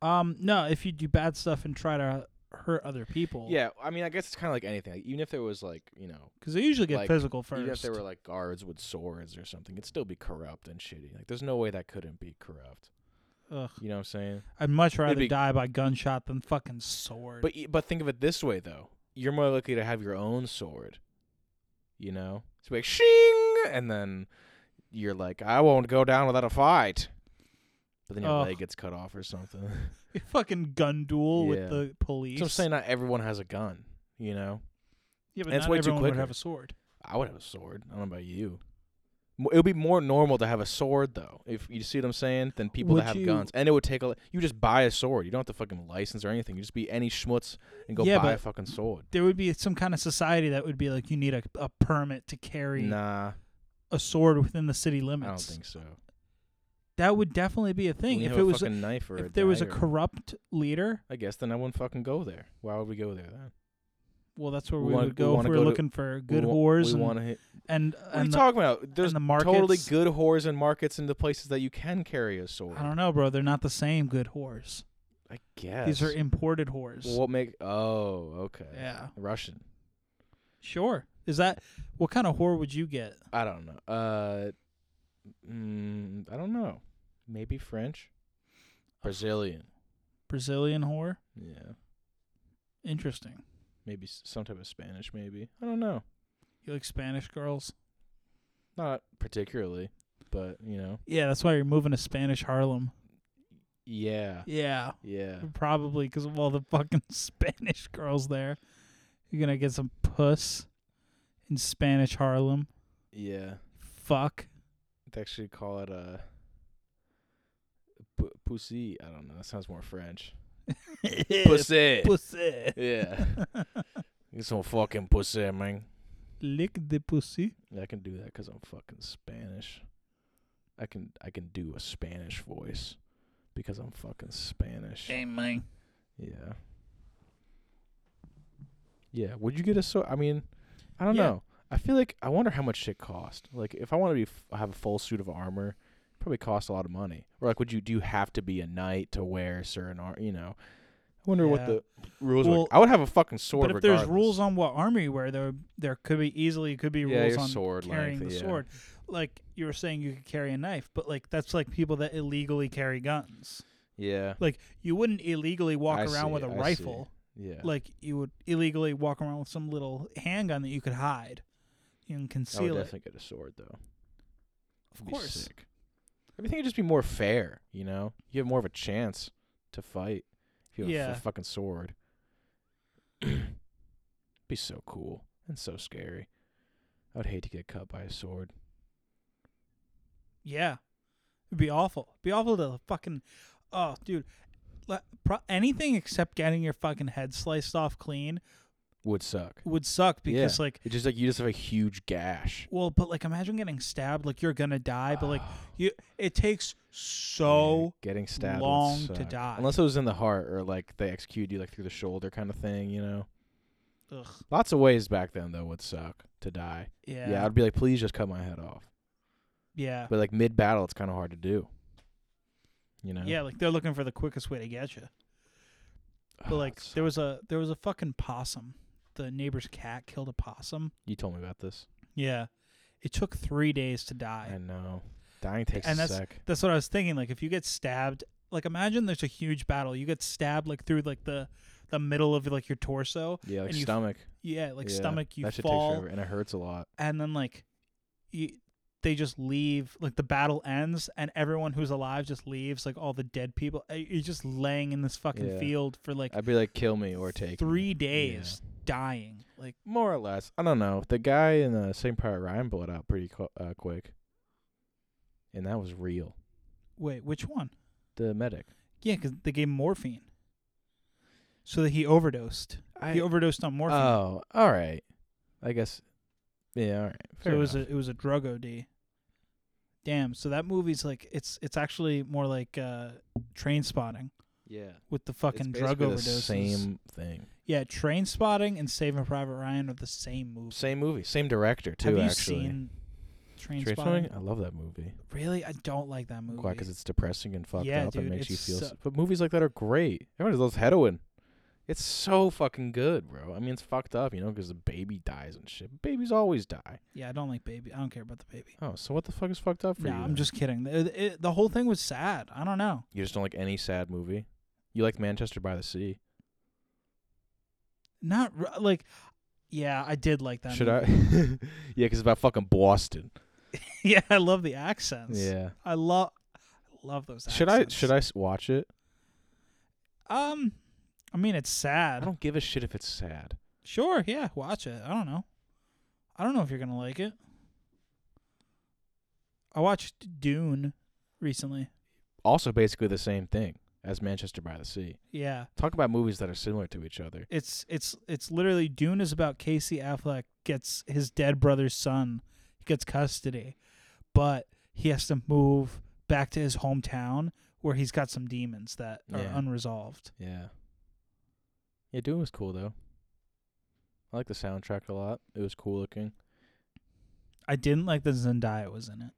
C: Um, no, if you do bad stuff and try to hurt other people,
B: Yeah, I mean, I guess it's kind of like anything. Like, even if there was like you know
C: because they usually get
B: Like,
C: physical first.
B: Even if they were like guards with swords or something, it'd still be corrupt and shitty. Like, there's no way that couldn't be corrupt.
C: Ugh.
B: You know what I'm saying?
C: I'd much rather
B: be-
C: die by gunshot than fucking sword.
B: But y- but think of it this way though: you're more likely to have your own sword. You know, it's like shing, and then you're like, I won't go down without a fight. But then your
C: Ugh.
B: leg gets cut off or something.
C: A fucking gun duel
B: Yeah.
C: with the police.
B: so I'm saying not everyone has a gun. You know,
C: yeah, but
B: and it's
C: not
B: way too
C: everyone would
B: quicker.
C: have a sword.
B: I would have a sword. I don't know about you. Mo- It would be more normal to have a sword, though, if you see what I'm saying, than people
C: Would
B: that have
C: you-
B: guns. And it would take a. You just buy a sword. You don't have to fucking license or anything. You just be any schmutz and go
C: Yeah,
B: buy a
C: but-
B: fucking sword.
C: There would be some kind of society that would be like, you need a, a permit to carry
B: Nah,
C: a sword within the city
B: I don't
C: limits.
B: think so.
C: that would definitely be a thing.
B: We
C: if
B: have
C: it
B: a
C: was, a,
B: fucking knife or
C: if
B: a
C: there was a
B: dagger.
C: corrupt leader,
B: I guess then I wouldn't fucking go there. Why would we go there then?
C: well, that's where
B: We
C: we,
B: wanna-
C: would
B: we
C: go if
B: wanna
C: we were
B: go to-
C: looking for good
B: we wa-
C: whores
B: We
C: and,
B: want to hit.
C: and
B: What are you
C: and the-
B: talking about? There's
C: the
B: totally
C: markets.
B: good whores and markets in the places that you can carry a sword.
C: I don't know, bro. They're not the same good whores.
B: I guess
C: These are imported whores.
B: What make? Oh, okay.
C: Yeah.
B: Russian.
C: Sure. Is that what kind of whore would you get?
B: I don't know. Uh, mm, I don't know. Maybe French, Brazilian.
C: Brazilian whore?
B: Yeah,
C: Interesting.
B: maybe s- some type of Spanish. Maybe I don't know.
C: You like Spanish girls?
B: Not particularly, but you know.
C: Yeah, that's why you're moving to Spanish Harlem.
B: Yeah,
C: Yeah.
B: yeah.
C: Probably because of all the fucking Spanish girls there. You're going to get some puss in Spanish Harlem.
B: Yeah.
C: Fuck.
B: They actually call it a p- pussy. I don't know. That sounds more French. Pussy.
C: Pussy.
B: Yeah. It's some fucking pussy, man.
C: Lick the pussy.
B: Yeah, I can do that 'cause I'm fucking Spanish. I can I can do a Spanish voice because I'm fucking Spanish.
C: man.
B: Yeah. Yeah. Would you get a sword? I mean, I don't
C: Yeah.
B: know. I feel like I wonder how much shit cost. Like, if I want to be f- have a full suit of armor, it probably costs a lot of money. Or like, would you do you have to be a knight to wear certain ar You know, I wonder what
C: Yeah.
B: the rules.
C: Well,
B: were. I would have a fucking sword.
C: But if there's
B: regardless.
C: rules on what armor you wear, there there could be easily could be
B: Yeah,
C: rules
B: your
C: on
B: sword
C: carrying
B: length,
C: the
B: yeah.
C: sword. Like you were saying, you could carry a knife, but like that's like people that illegally carry guns.
B: yeah,
C: Like you wouldn't illegally walk
B: I
C: around
B: see,
C: with a
B: I see.
C: rifle.
B: yeah.
C: Like you would illegally walk around with some little handgun that you could hide and
B: I would
C: conceal it.
B: definitely get a sword though.
C: Of
B: It'd be
C: course,
B: sick. Everything would just be more fair, you know? You have more of a chance to fight if you have a
C: Yeah.
B: f- fucking sword. be so cool and so scary. I would hate to get cut by a sword.
C: yeah. It'd be awful. It'd be awful to fucking. Oh, dude. Like, Pro- anything except getting your fucking head sliced off clean
B: Would suck.
C: would suck because
B: Yeah.
C: like
B: It's just like you just have a huge gash.
C: Well, but like imagine getting stabbed, like you're gonna die, but like
B: Ah.
C: you, it takes so
B: Yeah, getting stabbed would
C: long to
B: suck.
C: die.
B: Unless it was in the heart or like they execute you like through the shoulder kind of thing, you know.
C: ugh,
B: Lots of ways back then though would suck to die.
C: yeah,
B: Yeah,
C: yeah,
B: I'd be like, please just cut my head off.
C: yeah,
B: But like mid battle it's kinda hard to do. You know?
C: Like they're looking for the quickest way to get you. But
B: Ah,
C: like
B: it's-
C: there was a there was a fucking possum. The neighbor's cat killed a possum.
B: you told me about this.
C: Yeah, it took three days to
B: I,
C: die.
B: know. Dying takes
C: and
B: a
C: that's-
B: sec.
C: That's what I was thinking. Like if you get stabbed, like imagine there's a huge battle. You get stabbed like through like the the middle of like your torso.
B: Yeah, like
C: and you f-
B: stomach.
C: Yeah, like
B: Yeah,
C: stomach. You
B: that shit takes
C: fall.
B: forever, and it hurts a lot.
C: and then like you, they just leave like the battle ends and everyone who's alive just leaves like all the dead people Uh, you're just laying in this fucking
B: Yeah.
C: field for like
B: I'd be like, kill me or take me."
C: three
B: Yeah.
C: days dying. Like
B: More or less. I don't know. The guy in the same part Ryan bled out pretty co- uh, quick. And that was real.
C: wait, which one?
B: The medic.
C: Yeah, because they gave him morphine. So that he overdosed.
B: I,
C: he overdosed on morphine.
B: oh, all right. I guess. Yeah, all right.
C: so
B: Fair
C: it was
B: enough.
C: a it was a drug OD. Damn. So that movie's like it's it's actually more like uh, train spotting
B: yeah.
C: with the fucking drug
B: basically the
C: overdoses.
B: Same thing.
C: Yeah, train spotting and Saving Private Ryan are the same movie.
B: Same movie. Same director too.
C: Have you
B: actually.
C: seen Train
B: Trainspotting?
C: Spotting?
B: I love that movie.
C: Really, I don't like that movie.
B: Why? Because it's depressing and fucked
C: Yeah,
B: up
C: dude,
B: and makes you
C: it's
B: feel.
C: so-
B: s- but movies like that are great. Everyone loves heroin. It's so fucking good, bro. I mean, it's fucked up, you know, because the baby dies and shit. Babies always die.
C: yeah, I don't like Baby. I don't care about the baby.
B: Oh, so what the fuck is fucked up for
C: No,
B: you?
C: I'm
B: then?
C: just kidding. The, it- the whole thing was sad. I don't know.
B: You just don't like any sad movie. You like Manchester by the Sea.
C: Not r- like, yeah, I did like that.
B: Should
C: movie.
B: I? yeah, because it's about fucking Boston.
C: yeah, I love the accents.
B: Yeah.
C: I love, I love those.
B: Should I? Should I s- watch it?
C: I? Um, I mean, it's
B: I
C: sad.
B: don't give a shit if it's sad.
C: Sure, yeah, watch it. I don't know. I don't know if you're gonna like it. I watched Dune recently.
B: Also, basically the same thing as Manchester by the Sea.
C: Yeah,
B: Talk about movies that are similar to each other.
C: it's it's it's literally Dune is about Casey Affleck gets his dead brother's son. He gets custody, but he has to move back to his hometown where he's got some demons that are
B: Yeah.
C: unresolved.
B: Yeah. Yeah, Dune was cool though. I like the soundtrack a lot. It was cool looking.
C: I didn't like that Zendaya was in it.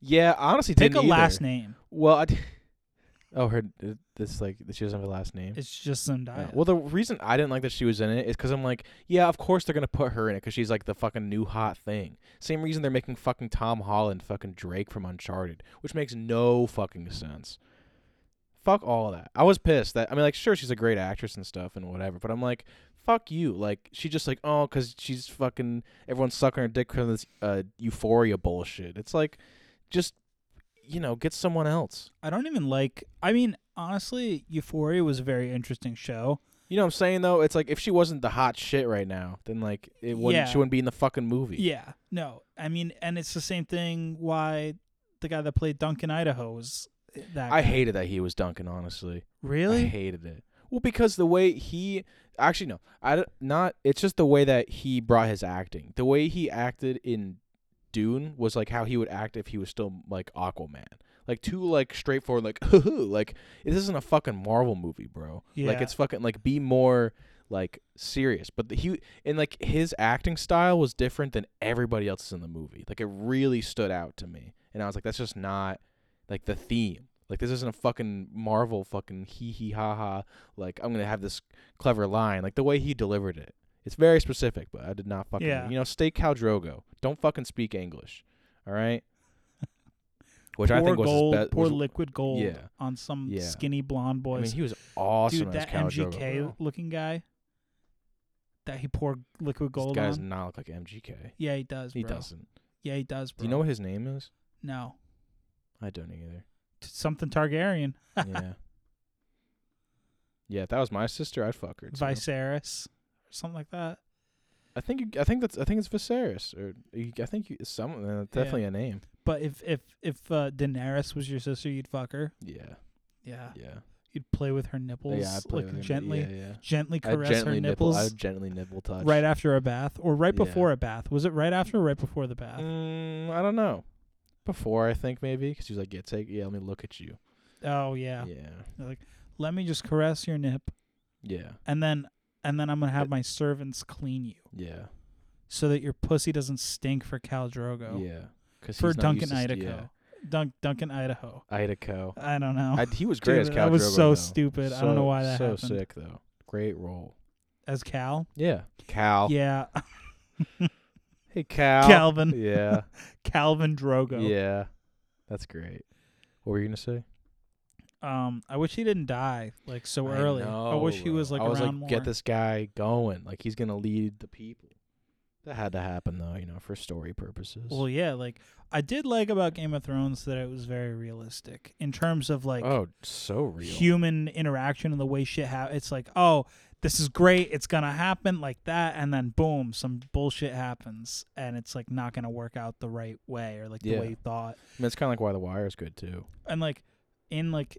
B: Yeah, I honestly,
C: Pick a
B: didn't either.
C: last name.
B: Well, I. D- oh, her uh, this like she doesn't have a last name.
C: It's just
B: Yeah.
C: Zendaya.
B: Well, the reason I didn't like that she was in it is because I'm like, yeah, of course they're gonna put her in it because she's like the fucking new hot thing. Same reason they're making fucking Tom Holland fucking Drake from Uncharted, which makes no fucking sense. Fuck all that. I was pissed that I mean, like, sure she's a great actress and stuff and whatever, but I'm like, fuck you. Like, she just like, oh, because she's fucking everyone's sucking her dick from this uh, Euphoria bullshit. It's like, just you know, get someone else.
C: I don't even like. I mean, honestly, Euphoria was a very interesting show.
B: You know what I'm saying though? It's like if she wasn't the hot shit right now, then like it wouldn't
C: Yeah.
B: she wouldn't be in the fucking movie.
C: Yeah. No. I mean, and it's the same thing. Why the guy that played Duncan Idaho was that?
B: I
C: guy.
B: hated that he was Duncan, honestly. I
C: Really?
B: hated it. Well, because the way he actually no, I d- not it's just the way that he brought his acting. The way he acted in Dune was like how he would act if he was still like Aquaman. Like too like straightforward like like this isn't a fucking Marvel movie, bro. Like
C: Yeah.
B: it's fucking like be more like serious. But the, he and like his acting style was different than everybody else's in the movie. Like it really stood out to me. And I was like that's just not like the theme. Like this isn't a fucking Marvel fucking hee hee ha ha. Like I'm gonna have this clever line. Like the way he delivered it, it's very specific. But I did not fucking
C: Yeah.
B: you know stay Cal Drogo. Don't fucking speak English. All right. Which I
C: Poor
B: think was
C: gold,
B: his best.
C: poor liquid gold
B: yeah.
C: on some
B: Yeah.
C: skinny blonde
B: I
C: boy's.
B: mean, he was awesome
C: Dude,
B: as
C: that
B: Khal
C: MGK
B: Drogo, bro.
C: looking guy that he poured liquid gold
B: this guy does
C: on.
B: not look like MGK.
C: Yeah, he does.
B: He
C: bro.
B: doesn't.
C: Yeah, he does. Bro.
B: Do you know what his name is?
C: No,
B: I don't either.
C: T- something Targaryen,
B: yeah. Yeah, if that was my sister, I'd fuck her. Too.
C: Viserys, or something like that.
B: I think you, I think that's I think it's Viserys or you- I think you, it's some uh, definitely a name.
C: But if if if uh, Daenerys was your sister, you'd fuck her.
B: Yeah,
C: Yeah,
B: yeah,
C: you'd play with her nipples,
B: yeah. I'd play
C: Uh, like
B: with her-
C: gently,
B: Yeah, yeah.
C: gently
B: I'd
C: caress
B: gently
C: her
B: nipple.
C: nipples
B: I would gently nipple touch.
C: right after a bath, or right
B: Yeah.
C: before a bath. Was it right after, or right before the bath?
B: Mm, I don't know. Before I think maybe because he was like, yeah, take, yeah, let me look at you.
C: Oh
B: Yeah,
C: yeah.
B: yeah,
C: like let me just caress your nip,
B: yeah.
C: and then and then I'm gonna have my servants clean you
B: yeah.
C: so that your pussy doesn't stink for Cal Drogo.
B: Cause
C: For
B: he's not
C: Duncan
B: used to s-
C: Idaho.
B: yeah.
C: Dunk Duncan Idaho.
B: Idaho.
C: I don't know.
B: I, he was great as
C: Oh. Dude,
B: Cal
C: that was
B: Drogo,
C: so
B: though.
C: stupid. I don't know
B: So-
C: why that
B: so
C: happened.
B: sick though. Great role.
C: As Cal?
B: Yeah, Cal.
C: Yeah.
B: Hey, Cal.
C: Calvin.
B: Yeah,
C: Calvin Drogo.
B: yeah. That's great. What were you gonna say?
C: Um, I wish he didn't die like so
B: I
C: early. I
B: know,
C: wish he
B: bro.
C: was like
B: I was
C: around
B: like,
C: more.
B: get this guy going. Like he's gonna lead the people. That had to happen though, you know, for story purposes.
C: Well, yeah, like I did like about Game of Thrones that it was very realistic in terms of like
B: oh, so real.
C: human interaction and the way shit happens. It's like, oh, this is great, it's gonna happen like that, and then boom, some bullshit happens, and it's like not gonna work out the right way or like the
B: Yeah.
C: way you thought.
B: I mean, it's kind of like why The Wire is good too.
C: And like in like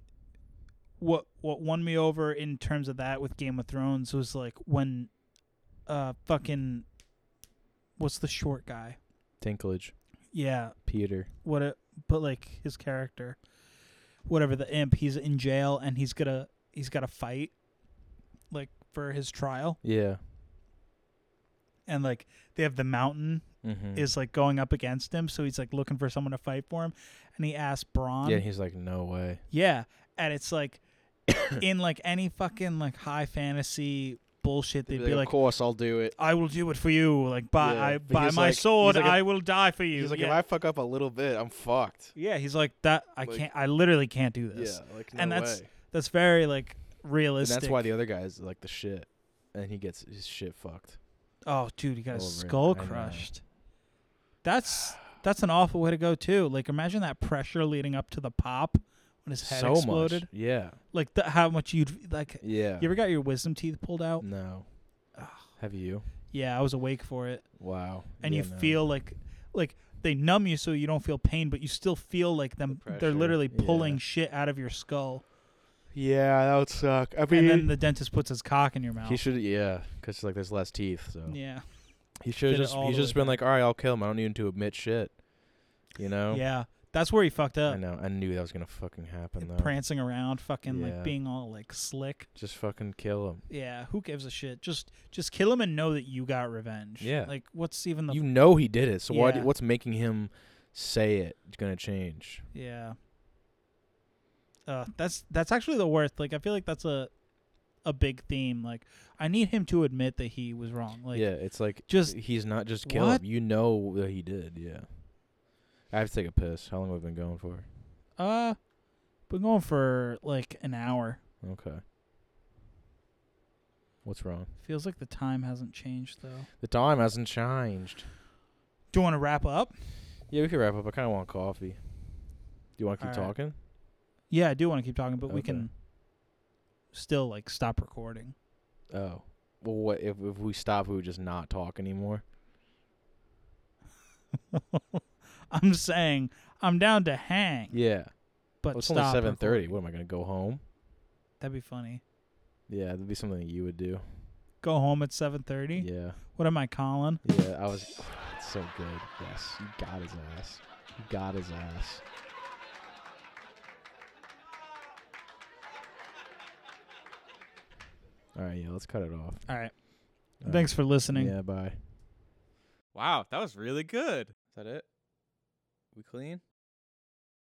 C: what what won me over in terms of that with Game of Thrones was like when uh fucking what's the short guy?
B: Tinklage,
C: Yeah,
B: Peter.
C: what it but like his character whatever the imp he's in jail and he's gonna he's gotta fight like for his trial
B: Yeah.
C: and like they have the mountain
B: Mm-hmm.
C: is like going up against him so he's like looking for someone to fight for him and he asks braun
B: yeah, he's like, no way.
C: Yeah, and it's like in like any fucking like high fantasy bullshit they'd, be like,
B: course I'll do it.
C: i will do it for you like by
B: Yeah,
C: I,
B: but
C: by
B: he's
C: my
B: like-
C: sword
B: he's like, if-
C: I will die for you
B: He's like,
C: yeah.
B: if I fuck up a little bit, I'm fucked.
C: yeah he's like that i
B: Like-
C: can't i literally can't do this
B: Yeah, like no
C: And that's-
B: way.
C: that's very like
B: And
C: realistic
B: that's why the other guy is like the shit, and he gets his shit fucked.
C: Oh, dude, he got his
B: Over it.
C: skull
B: I know.
C: crushed. That's that's an awful way to go too. Like, imagine that pressure leading up to the pop when his head
B: so
C: exploded.
B: much. Yeah.
C: Like, the, how much you'd like.
B: Yeah. Mm.
C: You ever got your wisdom teeth pulled out?
B: no. Have you?
C: Yeah, I was awake for it,
B: Wow.
C: and
B: Yeah,
C: you
B: no.
C: feel like like they numb you so you don't feel pain, but you still feel like them. they're
B: pressure.
C: literally pulling
B: Yeah.
C: shit out of your skull,
B: Yeah, that would suck. I
C: and then the dentist puts his cock in your mouth.
B: he should. Yeah, because like there's less teeth, so
C: yeah,
B: he should
C: Fit it
B: just.
C: all
B: He's
C: the
B: just
C: way
B: been like, all right, I'll kill him. I don't need him to admit shit. You know.
C: yeah. That's where he fucked
B: I
C: up.
B: know. I knew that was gonna fucking happen though.
C: Prancing around, fucking like
B: Yeah.
C: being all like slick.
B: Just fucking kill him.
C: Yeah, who gives a shit? Just just kill him and know that you got revenge.
B: Yeah.
C: Like what's even the
B: You know he did it. So why? Do,
C: Yeah.
B: what's making him say it? It's gonna change.
C: Yeah. Uh that's that's actually the worst. Like I feel like that's a a big theme. Like I need him to admit that he was wrong. Like
B: yeah, it's like
C: just
B: he's not just kill
C: What?
B: him. You know that he did. Yeah. I have to take a piss. How long have we been going for?
C: uh been going for like an hour.
B: Okay. What's wrong?
C: Feels like the time hasn't changed though.
B: The time hasn't changed.
C: Do you want to wrap up?
B: Yeah, we could wrap up. I kind of want coffee. Do you want to keep
C: All right.
B: talking?
C: Yeah, I do want to keep talking, but we
B: Okay.
C: can still like stop recording.
B: Oh. Well, what if if we stop? We would just not talk anymore.
C: I'm saying I'm down to hang,
B: Yeah.
C: but
B: Well, it's
C: stop.
B: only seven thirty.
C: recording.
B: What am I gonna go home?
C: That'd be funny.
B: Yeah, that'd be something you would do.
C: go home at 7.30
B: Yeah.
C: what am i calling
B: Yeah. I was. It's so good. Yes. You got his ass. You got his ass. All right. Yeah. Let's cut it off.
C: all right
B: All right.
C: thanks for listening
B: Yeah. Bye.
E: Wow, that was really good.
B: Is that it? We clean?